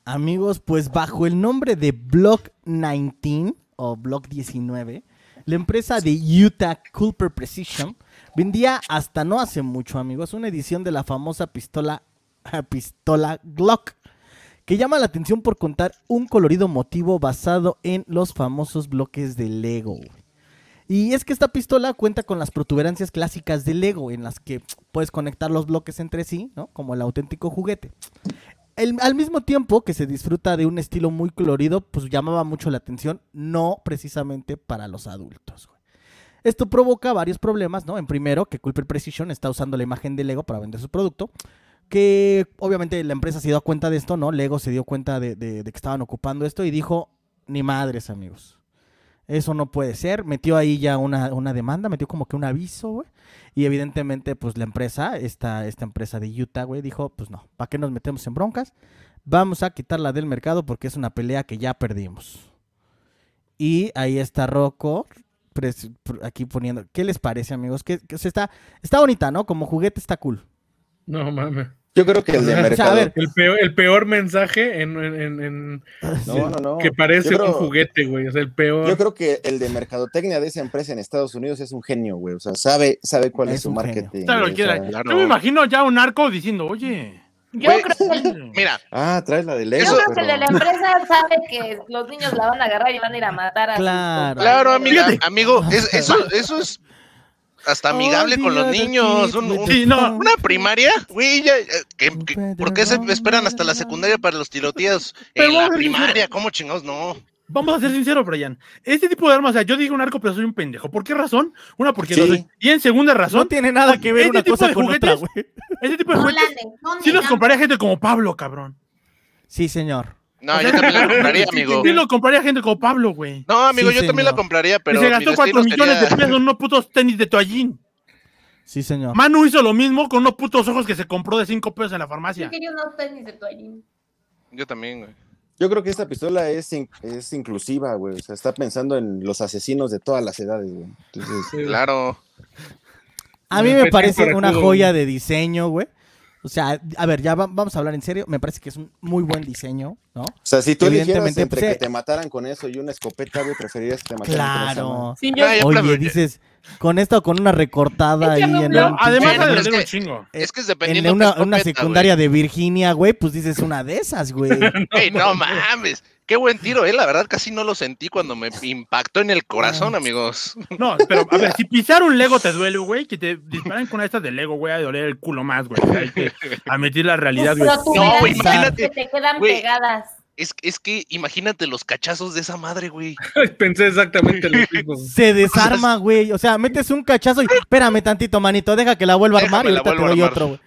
C: Amigos, pues bajo el nombre de Block 19 o Block 19, la empresa de Utah Culper Precision vendía hasta no hace mucho, amigos, una edición de la famosa pistola, pistola Glock, que llama la atención por contar un colorido motivo basado en los famosos bloques de Lego. güey. Y es que esta pistola cuenta con las protuberancias clásicas de Lego, en las que puedes conectar los bloques entre sí, ¿no? Como el auténtico juguete. El- al mismo tiempo que se disfruta de un estilo muy colorido, pues llamaba mucho la atención, no precisamente para los adultos. güey. Esto provoca varios problemas, ¿no? En primero, que Culper Precision está usando la imagen de Lego para vender su producto, que obviamente la empresa se dio cuenta de esto, ¿no? Lego se dio cuenta de, de- de que estaban ocupando esto y dijo, ni madres, amigos. Eso no puede ser. Metió ahí ya una, una demanda, metió como que un aviso, güey. Y evidentemente, pues la empresa, esta, esta empresa de Utah, güey, dijo, pues no, ¿para qué nos metemos en broncas? Vamos a quitarla del mercado porque es una pelea que ya perdimos. Y ahí está Rocco, pres- pr- aquí poniendo, ¿qué les parece, amigos? Que, que- o sea, está, está bonita, ¿no? Como juguete está cool.
E: No mames.
F: Yo creo que el de
C: O sea, a
F: mercado.
C: ver,
E: El peor, el peor mensaje en, en- en- en-
F: no, no, no.
E: que parece
F: Yo creo-
E: un juguete, güey. Es el peor.
F: Yo creo que el de mercadotecnia de esa empresa en Estados Unidos es un genio, güey. O sea, sabe, sabe cuál es,
C: Es
F: su
C: un
F: marketing.
B: Sabe lo
F: güey,
B: que
F: o
B: quiera.
F: sea,
D: Ah,
B: Yo me imagino ya un arco diciendo, oye.
H: Yo
D: Güey,
H: creo que el-
D: Mira,
F: Ah, traes la de Lego.
H: yo creo que el
F: pero-
H: de la empresa sabe que los niños la van a agarrar y van a ir a matar a sus
C: Claro.
D: claro, amiga-
B: Fíjate.
D: amigo, es- eso, eso es hasta amigable
C: Oh,
D: con los niños. un- un-
B: Sí, no,
D: una primaria, güey, ya, eh, que- que- ¿por qué se esperan hasta la secundaria para los tiroteos?
B: Pero
D: En la
B: vamos a decir-
D: primaria, ¿cómo chingados no?
B: vamos a ser sinceros, Brian. Este tipo de armas, o sea, yo digo un arco, pero soy un pendejo. ¿Por qué razón? Una, porque
F: Sí.
B: no soy. Y en segunda razón,
C: No tiene nada que ver
B: Este
C: una
B: tipo
C: cosa
B: de
C: con otra,
B: juguetes-
C: güey.
B: este tipo de
H: No
B: juguetes,
H: la detones,
B: sí los
H: ya.
B: compraría a gente como Pablo, cabrón.
C: Sí, señor.
D: No, yo también la compraría, amigo.
B: Sí los compraría a gente como Pablo, güey.
D: No, amigo,
C: Sí,
D: yo también la
C: señor.
D: compraría,
B: Que
D: pero
B: se
D: mi
B: gastó
D: destino
B: 4 millones de
D: sería-
B: pesos en unos putos tenis de toallín.
C: Sí, señor.
B: Manu hizo lo mismo con unos putos ojos que se compró de 5 pesos en la farmacia.
H: Yo quería unos tenis de toallín.
D: Yo también, güey.
F: Yo creo que esta pistola es, in- es inclusiva, güey. O sea, está pensando en los asesinos de todas las edades, güey. Entonces,
D: Claro.
C: A mí
E: Me
C: me
E: parece
C: parece una
E: corajudo,
C: joya de diseño, güey. O sea, a ver, ya va- vamos a hablar en serio. Me parece que es un muy buen diseño, ¿no?
F: o sea, si tú eligieras
C: Evidentemente,
F: entre
C: pues,
F: que
C: eh.
F: te mataran con eso y una escopeta, güey, preferirías que te mataran con esa madre.
C: Claro.
H: Sí, yo
D: Ah, yo
C: Oye,
D: prefiero-
C: dices, con esta o con una recortada ahí
H: Échame un
C: en
H: blog.
B: Pero
C: un
B: además,
D: Bueno,
B: le
D: pero
B: debe
D: es
B: un
D: que-
B: chingo.
D: Es que es
C: en
D: dependiendo
C: una,
D: de qué
C: una
D: escopeta,
C: secundaria de Virginia, güey, pues dices una de esas, güey.
D: güey. Ey, no mames. Qué buen tiro, eh. La verdad, casi no lo sentí cuando me impactó en el
B: Ah,
D: corazón, amigos.
B: No, pero a ver, si pisar un Lego te duele, güey, que te disparan con estas de Lego, güey, a doler el culo más, güey. Hay que admitir la realidad, güey.
H: Pues, Pero tú
D: No,
H: verás
D: güey,
H: que
D: imagínate,
H: te quedan
D: güey.
H: pegadas.
D: Es, es que imagínate los cachazos de esa madre, güey.
E: Pensé exactamente lo mismo.
C: Se desarma, güey. O sea, metes un cachazo y espérame tantito, manito, deja que la vuelva a armar y
D: Déjame la
C: ahorita te
D: vuelvo a
C: doy
D: armar.
C: otro, güey.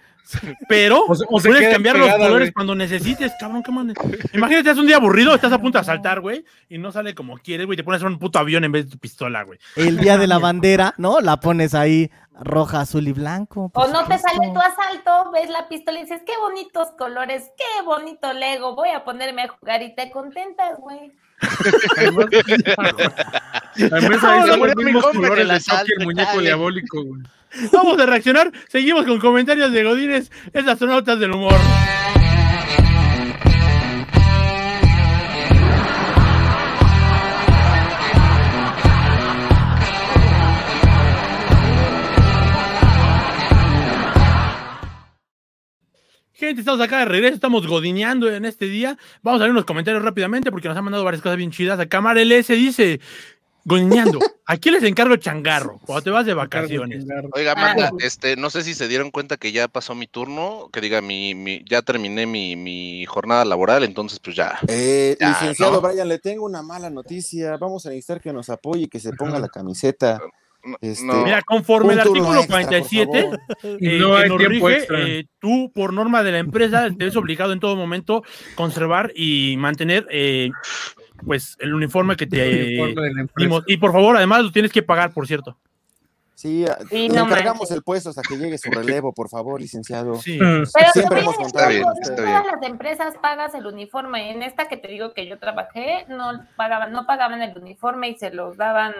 B: Pero
E: O se- o se
B: puedes
E: queda
B: cambiar los
E: pegada,
B: colores
E: güey.
B: cuando necesites, cabrón, qué mames. Imagínate, es un día aburrido, estás a punto de saltar, güey, y no sale como quieres, güey, te pones un puto avión en vez de tu pistola, güey.
C: El día de la bandera, ¿no? La pones ahí roja, azul y blanco. pues, por
H: O no te
C: supuesto.
H: sale tu asalto, ves la pistola y dices, qué bonitos colores, qué bonito Lego, voy a ponerme a jugar y te contentas, güey.
E: Además, además
D: Ah,
E: ahí son
D: murió
E: los
D: mi
E: mismos
D: compa en
E: colores
D: el
E: de Chucky, el
D: asalto,
E: muñeco
D: chale.
E: diabólico, güey.
B: Vamos a reaccionar, seguimos con comentarios de Godínez, es astronautas del humor. Gente, estamos acá de regreso, estamos godineando en este día. Vamos a ver unos comentarios rápidamente porque nos han mandado varias cosas bien chidas. Acá Mar LS dice, godineando, aquí les encargo changarro cuando te vas de vacaciones.
D: Oiga, Amanda,
H: Ah.
D: este, no sé si se dieron cuenta que ya pasó mi turno, que diga, mi, mi- ya terminé mi, mi jornada laboral, entonces pues ya.
F: Eh,
D: Ya, ¿no?
F: licenciado Brian, le tengo una mala noticia. Vamos a necesitar que nos apoye y que se ponga la camiseta.
D: No,
F: Este,
D: no.
B: Mira, conforme el
F: Un turno
B: artículo
F: extra, por
B: 47,
F: favor.
B: eh,
E: No
B: que
E: hay
B: nos
E: tiempo
B: rige,
E: extra.
B: eh, tú, por norma de la empresa, te ves obligado en todo momento conservar y mantener eh, pues el uniforme que te eh,
E: Uniforme de la empresa.
B: dimos. Y por favor, además lo tienes que pagar, por cierto.
F: Sí, a-
H: Sí,
F: le
H: no
F: encargamos
H: manches.
F: el puesto hasta que llegue su relevo, por favor, licenciado.
B: Sí.
H: Pero
F: Siempre
H: también
F: hemos
H: en
F: contado
H: todas-
D: con usted.
H: en todas las empresas pagas el uniforme. En esta que te digo que yo trabajé, no pagaban, no pagaban el uniforme y se los daban.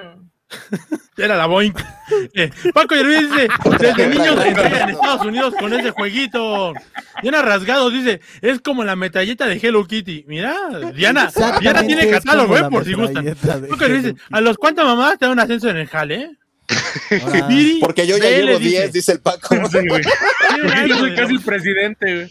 B: Era la Boeing. Eh, Paco Yervín dice, desde niños se entrega en Estados Unidos con ese jueguito. Diana Rasgados dice, es como la metalleta de Hello Kitty. Mira, Diana, Diana
C: Exactamente,
B: tiene
C: es como
B: catálogo, eh,
C: la
B: por si gustan.
C: metralleta de
B: Paco Yervín dice, a los cuantas mamadas te dan un ascenso en el jale, eh?
C: Ahora,
B: Viri
F: Porque yo ya
B: Vélez
F: llevo
B: dice,
F: 10, dice el Paco.
E: Sí, güey.
B: "Tiene un
E: Yo
B: año
E: soy
B: de-
E: casi el presidente, güey.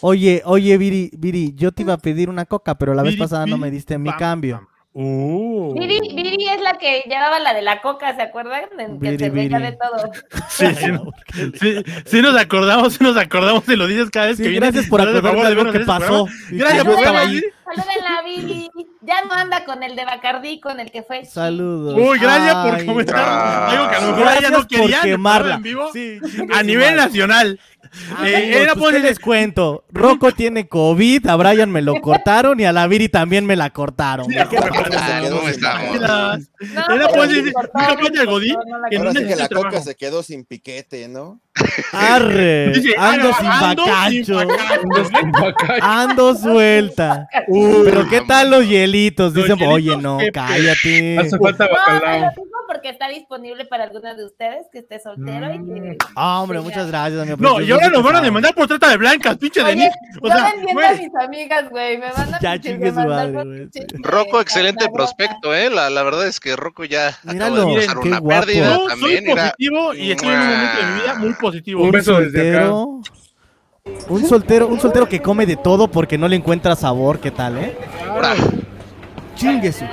C: Oye, oye, Viri, Viri, yo te iba a pedir una coca, pero la vez
B: Viri,
C: pasada no
B: Viri,
C: me diste mi
B: pam,
C: cambio.
B: pam. Uh.
H: Viri, Viri es la que llevaba la de la coca, ¿se acuerdan? En que
C: Viri,
H: se veía
C: Viri.
H: de todo.
B: Sí, sí, no- sí, sí nos acordamos, sí nos acordamos y lo dices cada vez que
C: Sí,
B: vienes.
C: gracias por
B: Nos das el
C: acordarme
B: favor de
C: de lo
B: vernos
C: que
B: en este
C: pasó.
B: programa.
C: y que
B: Gracias
C: yo
B: por
C: estaba
B: venir.
C: ahí.
H: Saluden a Viri. Ya no anda con el de Bacardí, con el que fue.
C: Saludos.
B: Uy, gracias por
C: Ay,
B: comentar
D: Ah.
B: algo que a lo mejor ella
C: Gracias
B: no
C: por
B: quería en el programa
C: quemarla.
B: en vivo
C: Sí,
B: a nivel nacional. Eh,
C: Amigos,
B: era
C: pues, ¿qué
B: posible-
C: les cuento? Rocco tiene COVID, a Brian me lo cortaron y a la Viri también me la cortaron.
B: Sí,
C: güey.
B: la coca,
F: quedó
D: ¿Cómo
F: sin
D: estamos?
B: Gracias.
H: No,
B: Era
H: pero
B: pues,
H: sí
B: dice,
H: cortó,
B: una
H: sí
B: cuenta de
H: cortó,
B: Godín
H: no la
B: que
F: Ahora
H: cortó.
F: sí que la
B: necesito trabajo.
F: coca se quedó sin piquete, ¿no?
C: Arre,
B: Dice,
C: Este,
B: "Ah,
C: ando sin
B: ando sin
C: bacacho,
B: bacacho.
C: ando suelta. Pero ¿qué tal los hielitos?
B: Los
C: Dicen,
B: hielitos,
C: oye, no,
B: qué pe-
C: cállate.
E: Hace falta
H: No, te
E: bacalao.
H: lo digo porque está disponible para alguna de ustedes que esté soltero y que...
C: Ah, hombre, muchas gracias, amigo.
B: No,
C: Pues,
B: y ahora
C: yo-
B: nos van a demandar por trata de blancas, pinche
H: Oye,
B: Denise. O
H: yo
B: sea,
H: me entiendo a
B: güey,
H: mis amigas, güey. Me van a
C: Ya
H: pinches
C: chingue su
H: demandar
C: madre,
H: por
C: güey, sí.
H: pinches,
D: Rocco,
H: eh,
D: excelente
H: cabrón.
D: prospecto, ¿eh? La, la verdad es que Rocco ya acaba
C: Míralo.
D: de pasar
C: Miren, qué
D: una
C: guapo.
D: pérdida
B: yo soy
D: también. mira.
B: positivo y estoy en un momento de mi vida muy positivo.
E: Un
C: un
E: beso desde acá.
C: soltero. Un soltero, un soltero que come de todo porque no le encuentra sabor, ¿qué tal, eh?
D: Ahora,
C: Chingue su-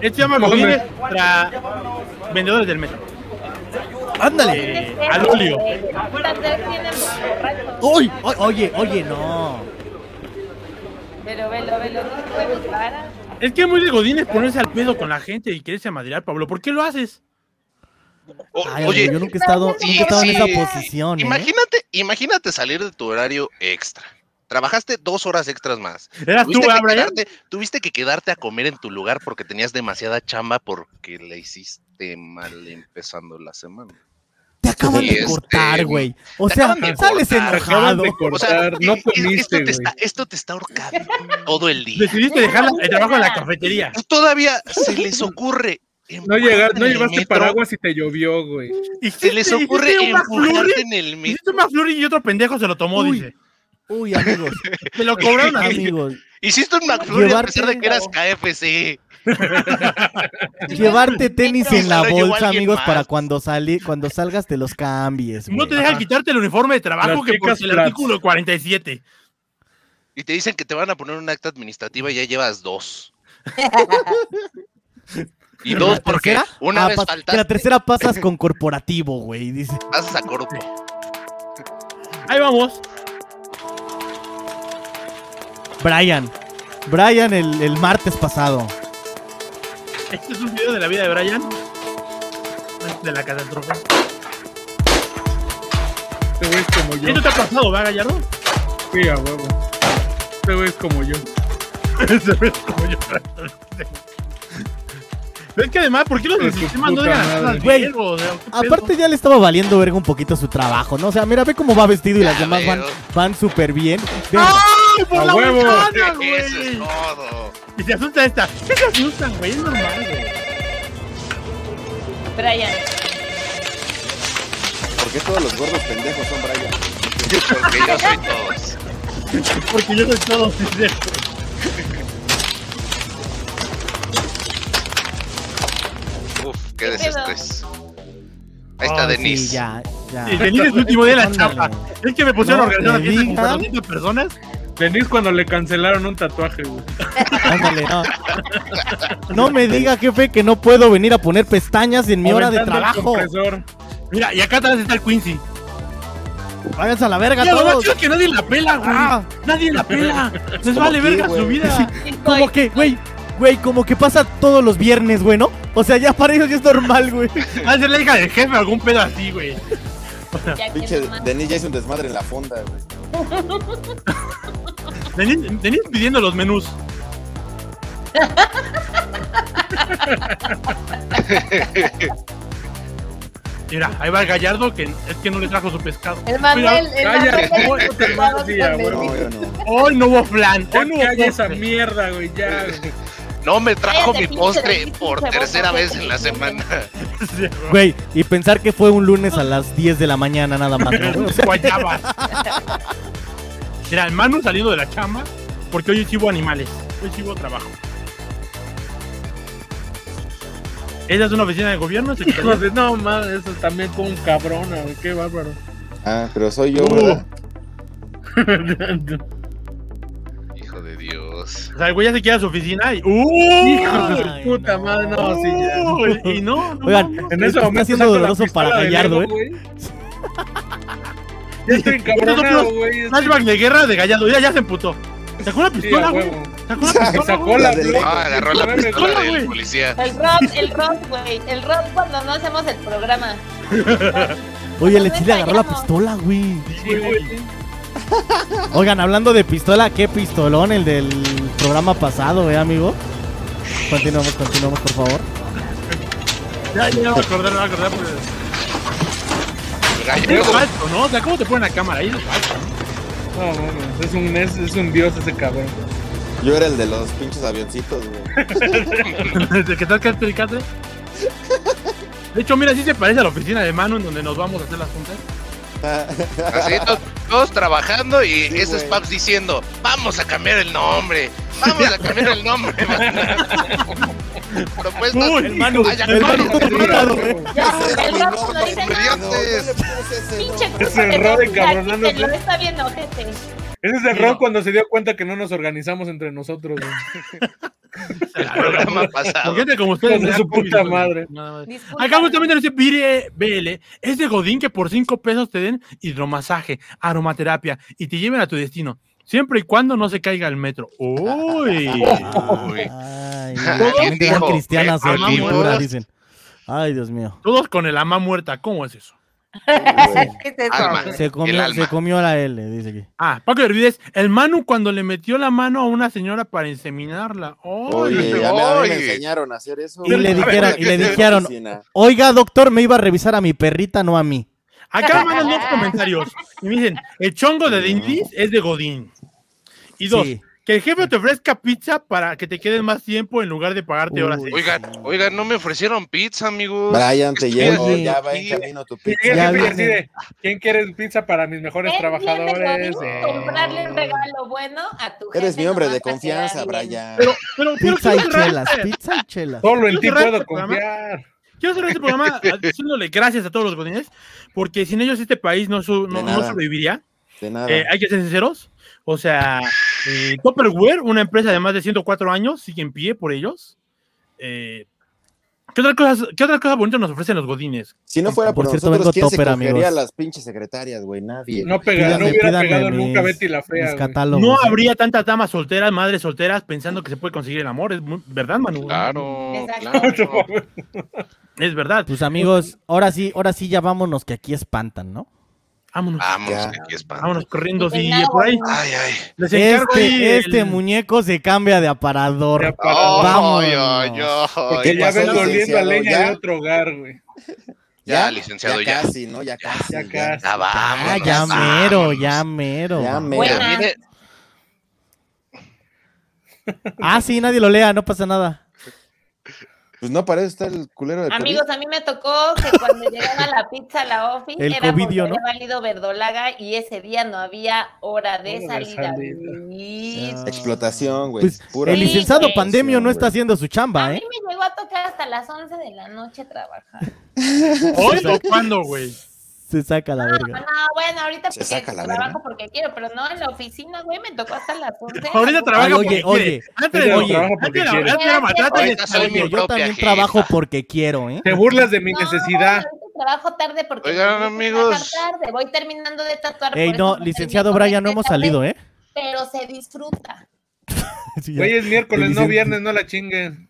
B: Este se llama
E: Hombre.
B: Godínez para vendedores del metro.
C: Ándale.
B: Eh, al óleo.
H: También tienen borrachos.
C: Uy, o- oye, oye, no.
H: Velo, velo, velo. No se puede parar.
B: Es que es muy de Godines ponerse al pedo con la gente y quererse amadrear, Pablo. ¿Por qué lo haces?
D: O-
C: Ay,
D: oye,
C: amigo, yo nunca he estado, nunca he
D: sí,
C: estado en
D: sí.
C: esa posición. ¿eh?
D: imagínate, imagínate salir de tu horario extra. Trabajaste dos horas extras más.
B: ¿Eras tú,
D: Tuviste que,
B: Abraham?
D: quedarte, tuviste que quedarte a comer en tu lugar porque tenías demasiada chamba porque le hiciste mal empezando la semana.
C: Te acaban
D: Sí,
C: de
D: este,
C: cortar, güey. O
D: te
C: sea,
D: acaban de
C: sales
D: cortar,
E: Acaban
C: enojado.
E: de
D: O sea,
E: cortar, no
D: e- e- esto,
E: comiste,
D: te
E: güey.
D: está, esto te está ahorcando todo el día.
B: Decidiste dejar la- el trabajo en la cafetería.
D: Y todavía se les ocurre.
E: No, llegar, no
D: empujarte en el
E: llevaste
D: metro,
E: paraguas y te llovió, güey.
D: Se les
B: Hiciste-
D: ocurre
B: hiciste un
D: empujarte
B: McFlurry,
D: en el metro.
B: Hiciste un McFlurry y otro pendejo se lo tomó,
C: Uy.
B: dice.
C: Uy, amigos,
B: Te lo cobraron a mí.
C: amigos.
D: Hiciste un McFlurry a pesar de
C: Llevarte-
D: que eras KFC.
C: Llevarte tenis en la
D: Se lo llevó
C: bolsa,
D: alguien
C: amigos,
D: más.
C: para cuando, sali- cuando salgas te los cambies.
B: No
C: güey.
B: te dejan
E: Ajá.
B: quitarte el uniforme de trabajo
E: Las
B: que por
E: chicas
B: el
E: flats.
B: artículo 47.
D: Y te dicen que te van a poner un acta administrativa y ya llevas dos. y dos
C: ¿La
D: porque
C: tercera?
D: una
C: Ah,
D: vez
C: pas- que La
D: faltaste,
C: tercera pasas con corporativo, güey. Dice.
D: pasas a corpo.
B: Ahí vamos.
C: Brian. Brian el, el martes pasado.
B: Este es un video de la vida de Brian. De la catástrofe.
E: Este güey es como yo.
B: ¿Esto te ha pasado, va, Gallardo?
E: Sí, a huevo. Este güey es como yo.
B: Como yo. Es que además, ¿por qué los
E: Pero
B: del
E: su
B: sistema no
E: puta
B: dejan hacer
E: madre.
B: al
C: Güey,
B: Diego? O sea, ¿qué pedo?
C: Aparte ya le estaba valiendo verga un poquito su trabajo, ¿no? O sea, mira, ve cómo va vestido y las
D: Ya
C: demás van,
D: veo. Ah.
C: van súper bien. Ve,
B: ¡Ay, por
E: ¡A
B: la
E: huevo!
C: Ah,
B: ventana,
D: Eso es
B: güey!
D: todo.
B: Y se asusta esta. ¿Qué se asustan, güey? Es normal, güey.
H: Brian.
F: ¿Por qué todos los gordos pendejos son Brian?
D: Porque yo soy todos.
B: Porque yo soy todo pendejo.
C: Ah,
D: Uf, qué
H: ¿Qué
D: desestrés. Ahí
C: ay,
D: está
C: Oh, sí,
D: Denise.
C: ya, ya.
B: Y Denise es el último día de la
C: Ándale.
B: chapa. Es que me pusieron a
C: No
B: organizar una
C: te
B: fiesta con
C: digan.
B: 400 personas.
E: Denise cuando le cancelaron un tatuaje, güey.
C: Ándale, no. No me diga, jefe, que no puedo venir a poner pestañas en mi hora de
E: Aventando el
C: trabajo.
E: compresor.
B: Mira, y acá atrás está el Quincy.
C: Váyanse a la verga
B: Ya lo más
C: todos.
B: chido es que nadie la pela, güey.
C: Ah.
B: Nadie la pela. Les
F: ¿Cómo
B: vale
F: qué,
B: verga su
F: güey?
B: vida.
C: Como que, güey, güey, como que pasa todos los viernes, güey, ¿no? O sea, ya para ellos ya es normal, güey.
B: Ha de ser la hija del jefe, algún pedo así, güey.
H: Ya que
F: Pinche
H: no más.
F: Denise ya hizo un desmadre en la fonda, güey.
B: Denise Denise pidiendo los menús. Mira, ahí va el gallardo que es que no le trajo su pescado.
H: El Manuel, el
E: Cállate,
H: Manuel.
E: no te mames, sí, a huevo.
F: No, yo no.
B: Hoy no hubo flan. Hoy
E: Ya
B: no
E: calla
B: hubo
E: esa
B: postre.
E: mierda, güey, ya. güey.
D: No me trajo
H: Cállate,
D: mi
H: pinche
D: postre
H: Denise,
D: por
H: pinche boca,
D: tercera
H: cállate,
D: vez en la
H: pinche boca.
D: semana.
B: Sí, güey.
C: Güey, y pensar que fue un lunes a las 10 de la mañana nada más, ¿no? güey? O sea,
B: Guayabas. Mira, el Manu saliendo de la chama porque hoy chivo animales. Hoy chivo trabajo. Ella es una oficina de gobierno, secretaría.
E: Entonces, no mames, eso también con un cabrón, güey, qué bárbaro.
F: Ah, pero soy yo,
B: Uh.
F: ¿verdad?
D: Hijo de Dios.
B: O sea, el güey ya se queda a su oficina y.
E: Hijo de
C: Ay,
E: su puta
C: no.
E: madre, no, sí, ya.
B: Uy, Y no, no.
C: Oigan,
B: no.
E: En
C: Está
E: ese momento
C: siendo
E: saco la
C: doloroso
E: pistola
C: para
E: del
C: Gallardo,
E: ego,
B: ¿eh?
E: güey. Ya estoy encabronado, güey. estoy-
B: flashback de guerra de Gallardo. Mira, ya se emputó. Sacó una
E: Sí,
B: pistola,
E: a
B: güey.
E: huevo.
B: Sacó una
E: Me
B: pistola.
E: sacó
B: güey.
E: la
F: La del-
E: Glock,
D: Ah, agarró la
E: güey.
D: pistola
B: güey.
D: del policía.
H: El Rob, el Rob, güey. El Rob cuando no hacemos el programa.
C: Oye, le chile agarró la
H: Vamos.
C: pistola, güey.
E: Sí, güey.
C: Oigan, hablando de pistola, qué pistolón el del programa pasado, ¿eh, amigo? Continuamos, continuamos, por favor.
B: Ya, ya me voy a acordar, me voy a acordar. porque-
D: Gallo.
B: Es falso, ¿no? O sea, ¿cómo te ponen la cámara? Ahí es falso.
E: No, mames, es un, es, es un dios ese cabrón.
F: Yo era el de los pinches avioncitos, güey.
B: Desde que estás que explicate. De hecho, mira, sí se parece a la oficina de Manu en donde nos vamos a hacer las juntas.
F: Ah,
D: Así, to- todos trabajando y
F: Sí,
D: esos
F: güey.
D: paps diciendo, vamos a cambiar el nombre, vamos a cambiar el nombre. Propuestas,
B: Uy, el Manu,
D: vayan
B: el
D: varios,
B: Manu todo pintado,
D: varios, varios,
H: Ya,
F: ese
H: el
F: era
H: Rob
F: mi
H: no dice
F: nombre,
D: nada.
F: no, no le puse ese
H: Pinche
F: nombre.
H: culpa de
E: Rob
H: Rob,
E: encabronando,
H: quítenlo,
E: güey.
H: está bien, ojete.
E: Ese es el
B: Sí,
E: Rob
B: no.
E: cuando se dio cuenta que no nos organizamos entre nosotros, güey.
D: El programa pasado.
B: Porque como ustedes.
E: Hijos de
B: me da
E: Ah, su
B: COVID,
E: puta
B: güey.
E: madre.
B: Nada más.
H: Disculpa.
B: Acá justamente nos dice Vire BL, es de Godín que por 5 pesos te den hidromasaje, aromaterapia y te lleven a tu destino, siempre y cuando no se caiga el metro. Uy.
D: Uy.
C: Ah, Ay,
D: ¿Quién
C: eran
D: dijo?
C: cristianas
D: Eh,
C: de
D: amamos.
C: cultura, dicen. Ay, Dios mío.
B: Todos con el ama muerta, ¿cómo es eso?
H: ¿Qué es eso?
D: Alma.
C: Se
D: El
C: comió,
D: alma.
C: se comió la L, dice aquí.
B: Ah, Paco Hervides, el Manu cuando le metió la mano a una señora para inseminarla.
F: Oye,
B: Oye,
F: ya me, a mí me
D: oye.
F: enseñaron a hacer eso.
C: Y le
F: A ver,
C: dijeron-
F: ¿qué
C: y le
F: es la
C: dijeron-
F: oficina?
C: Oiga, doctor, me iba a revisar a mi perrita, no a mí.
B: acá mandan dos comentarios. Y me dicen, el chongo de Dindis es de Godín. Y dos,
C: Sí.
B: que el jefe te ofrezca pizza para que te quedes más tiempo en lugar de pagarte horas.
C: Uy.
B: extra.
D: Oigan, oigan, no me ofrecieron pizza, amigos.
F: Brian, te llevo,
C: Oye,
F: ya va en
D: sí.
F: camino tu
E: Llega
F: pizza.
E: el
C: Ya
E: jefe y así
C: viene.
E: de, ¿quién quiere pizza para mis mejores
H: Es bien de
E: trabajadores?
H: Godín
E: Eh,
H: comprarle un regalo bueno a tu
F: Eres
H: jefe
F: mi hombre de
H: nomás para
F: confianza,
H: quedar bien.
F: Brian.
B: Pero, pero quiero
C: Pizza y
B: cerrar-
C: chelas, pizza y chelas.
E: Solo en ti
B: ¿Cerrar
E: puedo
B: este programa?
E: confiar.
B: Quiero cerrar este programa diciéndole gracias a todos los godines, porque sin ellos este país no, su- no-
F: De
B: no
F: nada.
B: sobreviviría.
F: De nada.
B: Eh, hay que ser sinceros. O sea, eh, Tupperware, una empresa de más de 104 años, sigue en pie por ellos. Eh, ¿qué, otra cosa, ¿Qué otra cosa bonita nos ofrecen los godines?
F: si no fuera por,
C: Por cierto, vengo
F: nosotros, ¿quién se
C: topper,
F: cogería
C: amigos.
F: a las pinches secretarias, güey? Nadie.
E: No, pega-
C: Pídanme,
E: no hubiera
C: pídanme
E: pegado nunca
C: mis-
E: Betty la
C: mis
E: fea. güey.
C: catálogos.
B: No habría tantas damas solteras, madres solteras, pensando que se puede conseguir el amor. Es mu- verdad, Manu.
D: Claro,
H: Exacto.
D: claro.
B: Es verdad.
C: Pues amigos, ahora sí, ahora sí ya vámonos que aquí espantan, ¿no?
B: Vámonos.
D: Vámonos,
F: Ya.
D: que aquí espanto.
B: Vámonos corriendo.
H: Que
B: Sí,
H: nada,
B: por ahí.
D: Ay, ay.
B: Les encargo ahí
C: Este,
B: el-
C: este muñeco se cambia de aparador.
E: Ya
D: Ay,
E: para-
C: Vámonos.
D: ay, ay.
F: ¿Qué
E: Que ya
F: pasó,
E: ven oliendo a
F: licenciado?
E: leña
F: ¿Ya?
E: de otro hogar, güey.
D: Ya, licenciado, ya.
F: casi, ¿no? Ya casi.
E: ya casi.
D: Ya vámonos.
C: Ah, ya mero, ya mero.
F: Ya mero.
D: Ya
H: Buena.
D: viene-
C: Ah, sí, nadie lo lea, no pasa nada.
F: Pues no, parece estar el culero de COVID.
H: Amigos, a mí me tocó que cuando llegaba la pizza a la office
C: El
H: era
C: covidio,
H: porque
C: ¿no?
H: era válido verdolaga y ese día no había hora de
E: Hora de
H: salida.
E: salida.
H: Y-
C: Ya.
F: Explotación, güey.
C: Pues,
F: Pura
C: el
H: Sí,
C: licenciado
H: güey.
C: Pandemio no está
F: Explotación,
C: haciendo su
H: A
C: chamba,
H: mí
C: ¿eh?
H: me llegó a tocar hasta las 11 de la noche trabajar.
B: ¿Hoy o cuándo, güey?
C: Se saca la
H: No,
C: verga.
H: no, bueno, ahorita
F: Se
H: porque
F: saca la
H: trabajo
F: verga.
H: porque quiero, pero no en la oficina, güey, me tocó hasta las 11.
B: Ahorita trabaja
C: Ay, oye,
B: porque
C: oye,
B: quiere. Antes,
E: pero
B: oye,
E: trabaja porque
B: antes, era-
E: quiere.
B: antes era batata y
D: Ahorita soy
B: después-
D: mi
C: Oye, yo
D: propia
C: también
D: jefa.
C: trabajo porque quiero, ¿eh?
E: Te burlas de mi
H: No,
E: necesidad.
H: Ah, ahorita trabajo tarde porque
D: Oigan,
H: tengo que
D: amigos.
H: trabajar tarde. Voy terminando de tatuar.
C: Ey,
H: por
C: no,
H: eso
C: licenciado
H: terminé
C: Brian, no hemos
H: tarde,
C: salido, ¿eh?
H: Pero se disfruta.
C: Sí, ya.
E: Hoy es miércoles, no
C: Dicen-
E: viernes, no la chinguen.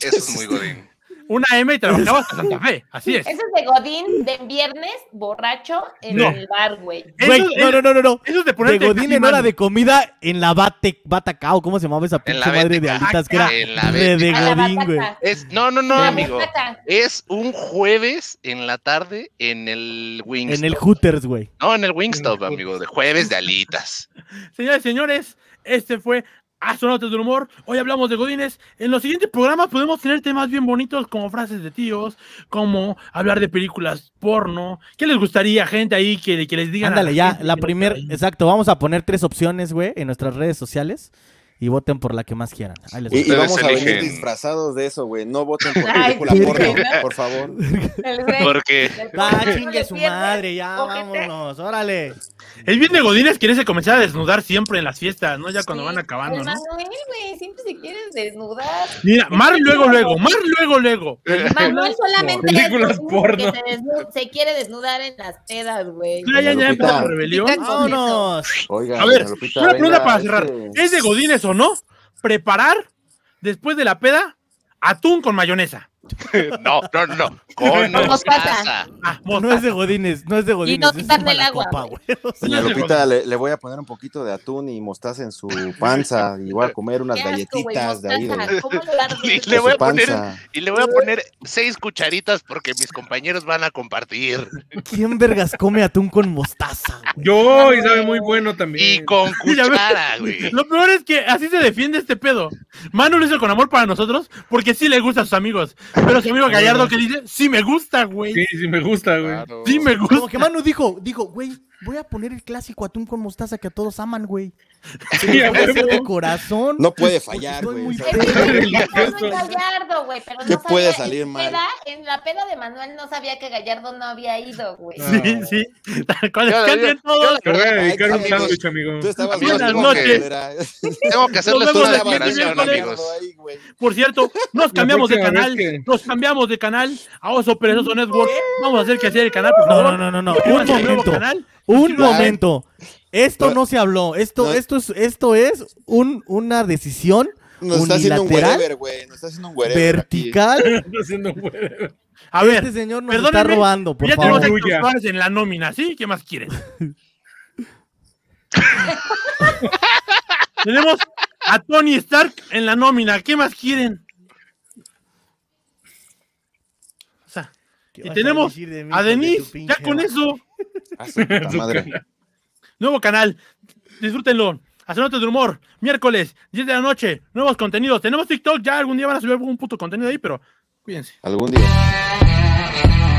D: Eso es muy godín.
B: una M y trabajaba hasta Santa Fe. Así es.
H: Eso es de Godín de viernes, borracho, en
B: No.
H: el bar, güey.
B: Eso,
C: Güey,
B: es-
C: no, no, no, no, no.
B: eso es de
C: De
B: ponerte
C: Godín
B: así,
C: en hora
B: mano.
C: de comida en la bate, Batacao, ¿cómo se llamaba esa
D: En
C: pinche
D: la
C: madre de
D: Bateca.
C: alitas que era
D: En la
C: re de
H: A la
C: Godín, güey?
H: bataca.
D: Es, no, no, no,
H: A la
D: amigo.
H: bataca.
D: Es un jueves en la tarde en el Wingstop.
C: En el Hooters, güey.
D: no, en el Wingstop,
E: En el-
D: amigo, de jueves de alitas.
B: Señoras y señores, este fue Astronautas del Humor. Hoy hablamos de Godines. En los siguientes programas podemos tener temas bien bonitos como frases de tíos, como hablar de películas porno. ¿Qué les gustaría, gente ahí, que, que les digan? a
C: Ándale, ya,
B: gente
C: la
B: que no
C: primera,
B: está ahí?
C: exacto, vamos a poner tres opciones, güey, en nuestras redes sociales y voten por la que más quieran. Ahí les
F: Y, y
C: va.
D: Ustedes
F: vamos a venir
D: eligen.
F: disfrazados de eso, güey. No voten por
H: Ay,
F: película
H: sí,
F: porno,
H: ¿no?
F: por favor.
H: El güey.
D: Porque
C: Va,
H: El
C: Ah, chingue su
H: viernes,
C: madre, ya,
H: ojete.
C: vámonos, órale.
B: Es bien de Godines quererse comenzar a desnudar siempre en las fiestas, ¿no? Ya cuando
H: Sí,
B: van acabando,
H: el
B: ¿no?
H: Manuel, güey, siempre se quiere desnudar.
B: Mira, mar luego, luego, mar luego, luego.
H: Manuel solamente es
E: Películas
H: un
E: porno.
H: que se, desnu- se quiere desnudar en las pedas, güey.
B: Ya, ya, ya empezó la rebelión.
H: Lupita,
C: Vámonos.
F: Oiga,
B: A ver,
F: doña Lupita,
B: una pregunta
F: venga,
B: para cerrar.
F: este-
B: ¿Es de Godines o no? Preparar después de la peda atún con mayonesa.
D: no, no, no, no. Con
H: Con
D: mostaza.
B: Ah,
C: No
B: mostaza.
C: es de Godines, no es de Godines.
H: no
C: es de
H: quitarle el agua,
C: Malacopa,
H: güey.
C: güey. O sea,
F: Doña
B: No es de
F: Lupita, le, le voy a poner un poquito de atún y mostaza en su panza. Y voy a comer unas
H: Qué asco, güey,
F: galletitas de ahí. De,
H: mostaza, ¿cómo lo arde?
D: Sí,
F: de
D: le voy
F: su
D: a poner-
F: panza.
D: Y le voy a poner seis cucharitas porque mis compañeros van a compartir.
C: ¿Quién vergas come atún con mostaza, güey?
E: Yo, y sabe muy bueno también.
D: Y con
B: Ya ves.
D: cuchara, güey.
B: Lo peor es que así se defiende este pedo. Manu lo hizo con amor para nosotros porque sí le gusta a sus amigos. Pero su amigo Gallardo que dice, sí me gusta, güey.
E: Sí, sí, me gusta, güey.
D: Claro.
B: Sí me gusta.
C: Como que Manu dijo, dijo, güey, voy a poner el clásico atún con mostaza que a todos aman, güey.
E: Sí, a
C: Voy a hacer
E: huevo.
C: de corazón.
F: No puede
C: porque
F: fallar,
C: estoy
F: güey.
C: muy
F: o
H: Es
F: sea,
H: que
C: pedo.
E: Qué
H: Manuel
E: delicioso.
H: es Gallardo, güey, pero no
F: ¿Qué
H: sabía-
F: puede salir
H: en
F: mal?
H: peda- en la peda de Manuel no sabía que Gallardo no había ido, güey.
E: Ah.
B: Sí, sí. Tal cual.
D: Yo-
B: Cambien
D: yo-
B: todos.
E: Te voy a
F: Ay,
E: dedicar un
F: amigos,
E: sándwich, amigo.
F: Tú estabas
D: Buenas
F: bien,
B: noches.
F: culera.
D: Tengo que hacerles
B: Nos vemos el
D: una
F: Estabas
B: siguiente
D: declaración,
B: miércoles.
D: amigos.
F: ahí, güey.
B: Por cierto, nos cambiamos de
E: próxima
B: canal.
E: vez que-
B: Nos cambiamos de canal a Oso Perezoso Network. Vamos a hacer que sea el canal, por
C: No,
B: favor.
C: no, no, no, no.
B: Vamos
C: Un
B: a hacer un nuevo
C: momento.
B: canal.
C: Un
F: Bye.
C: momento. Esto
F: No.
C: no se habló. Esto,
F: No.
C: esto es, esto es un, una decisión
F: Nos está haciendo un
C: unilateral,
F: wherever, güey. Nos está haciendo un wherever.
C: vertical.
E: Está haciendo whatever.
B: A ver,
C: este señor nos está
B: perdónenme,
C: robando, por
B: ya tenemos a
C: favor.
E: aquí-
B: Héctor Suárez en la nómina, ¿sí? ¿Qué más quieren? tenemos a Tony Stark en la nómina, ¿qué más quieren? O sea,
C: ¿Qué
B: y
C: vas
B: tenemos
C: decir de mí,
B: a
C: hijo de tu
B: Denise, ya
C: pinche
B: con
C: madre?
B: eso,
F: aquí. Ah, su puta madre.
B: nuevo canal, disfrútenlo. Hacernos de humor, miércoles, 10 de la noche, nuevos contenidos. Tenemos TikTok, ya algún día van a subir algún puto contenido ahí, pero cuídense.
F: Algún día.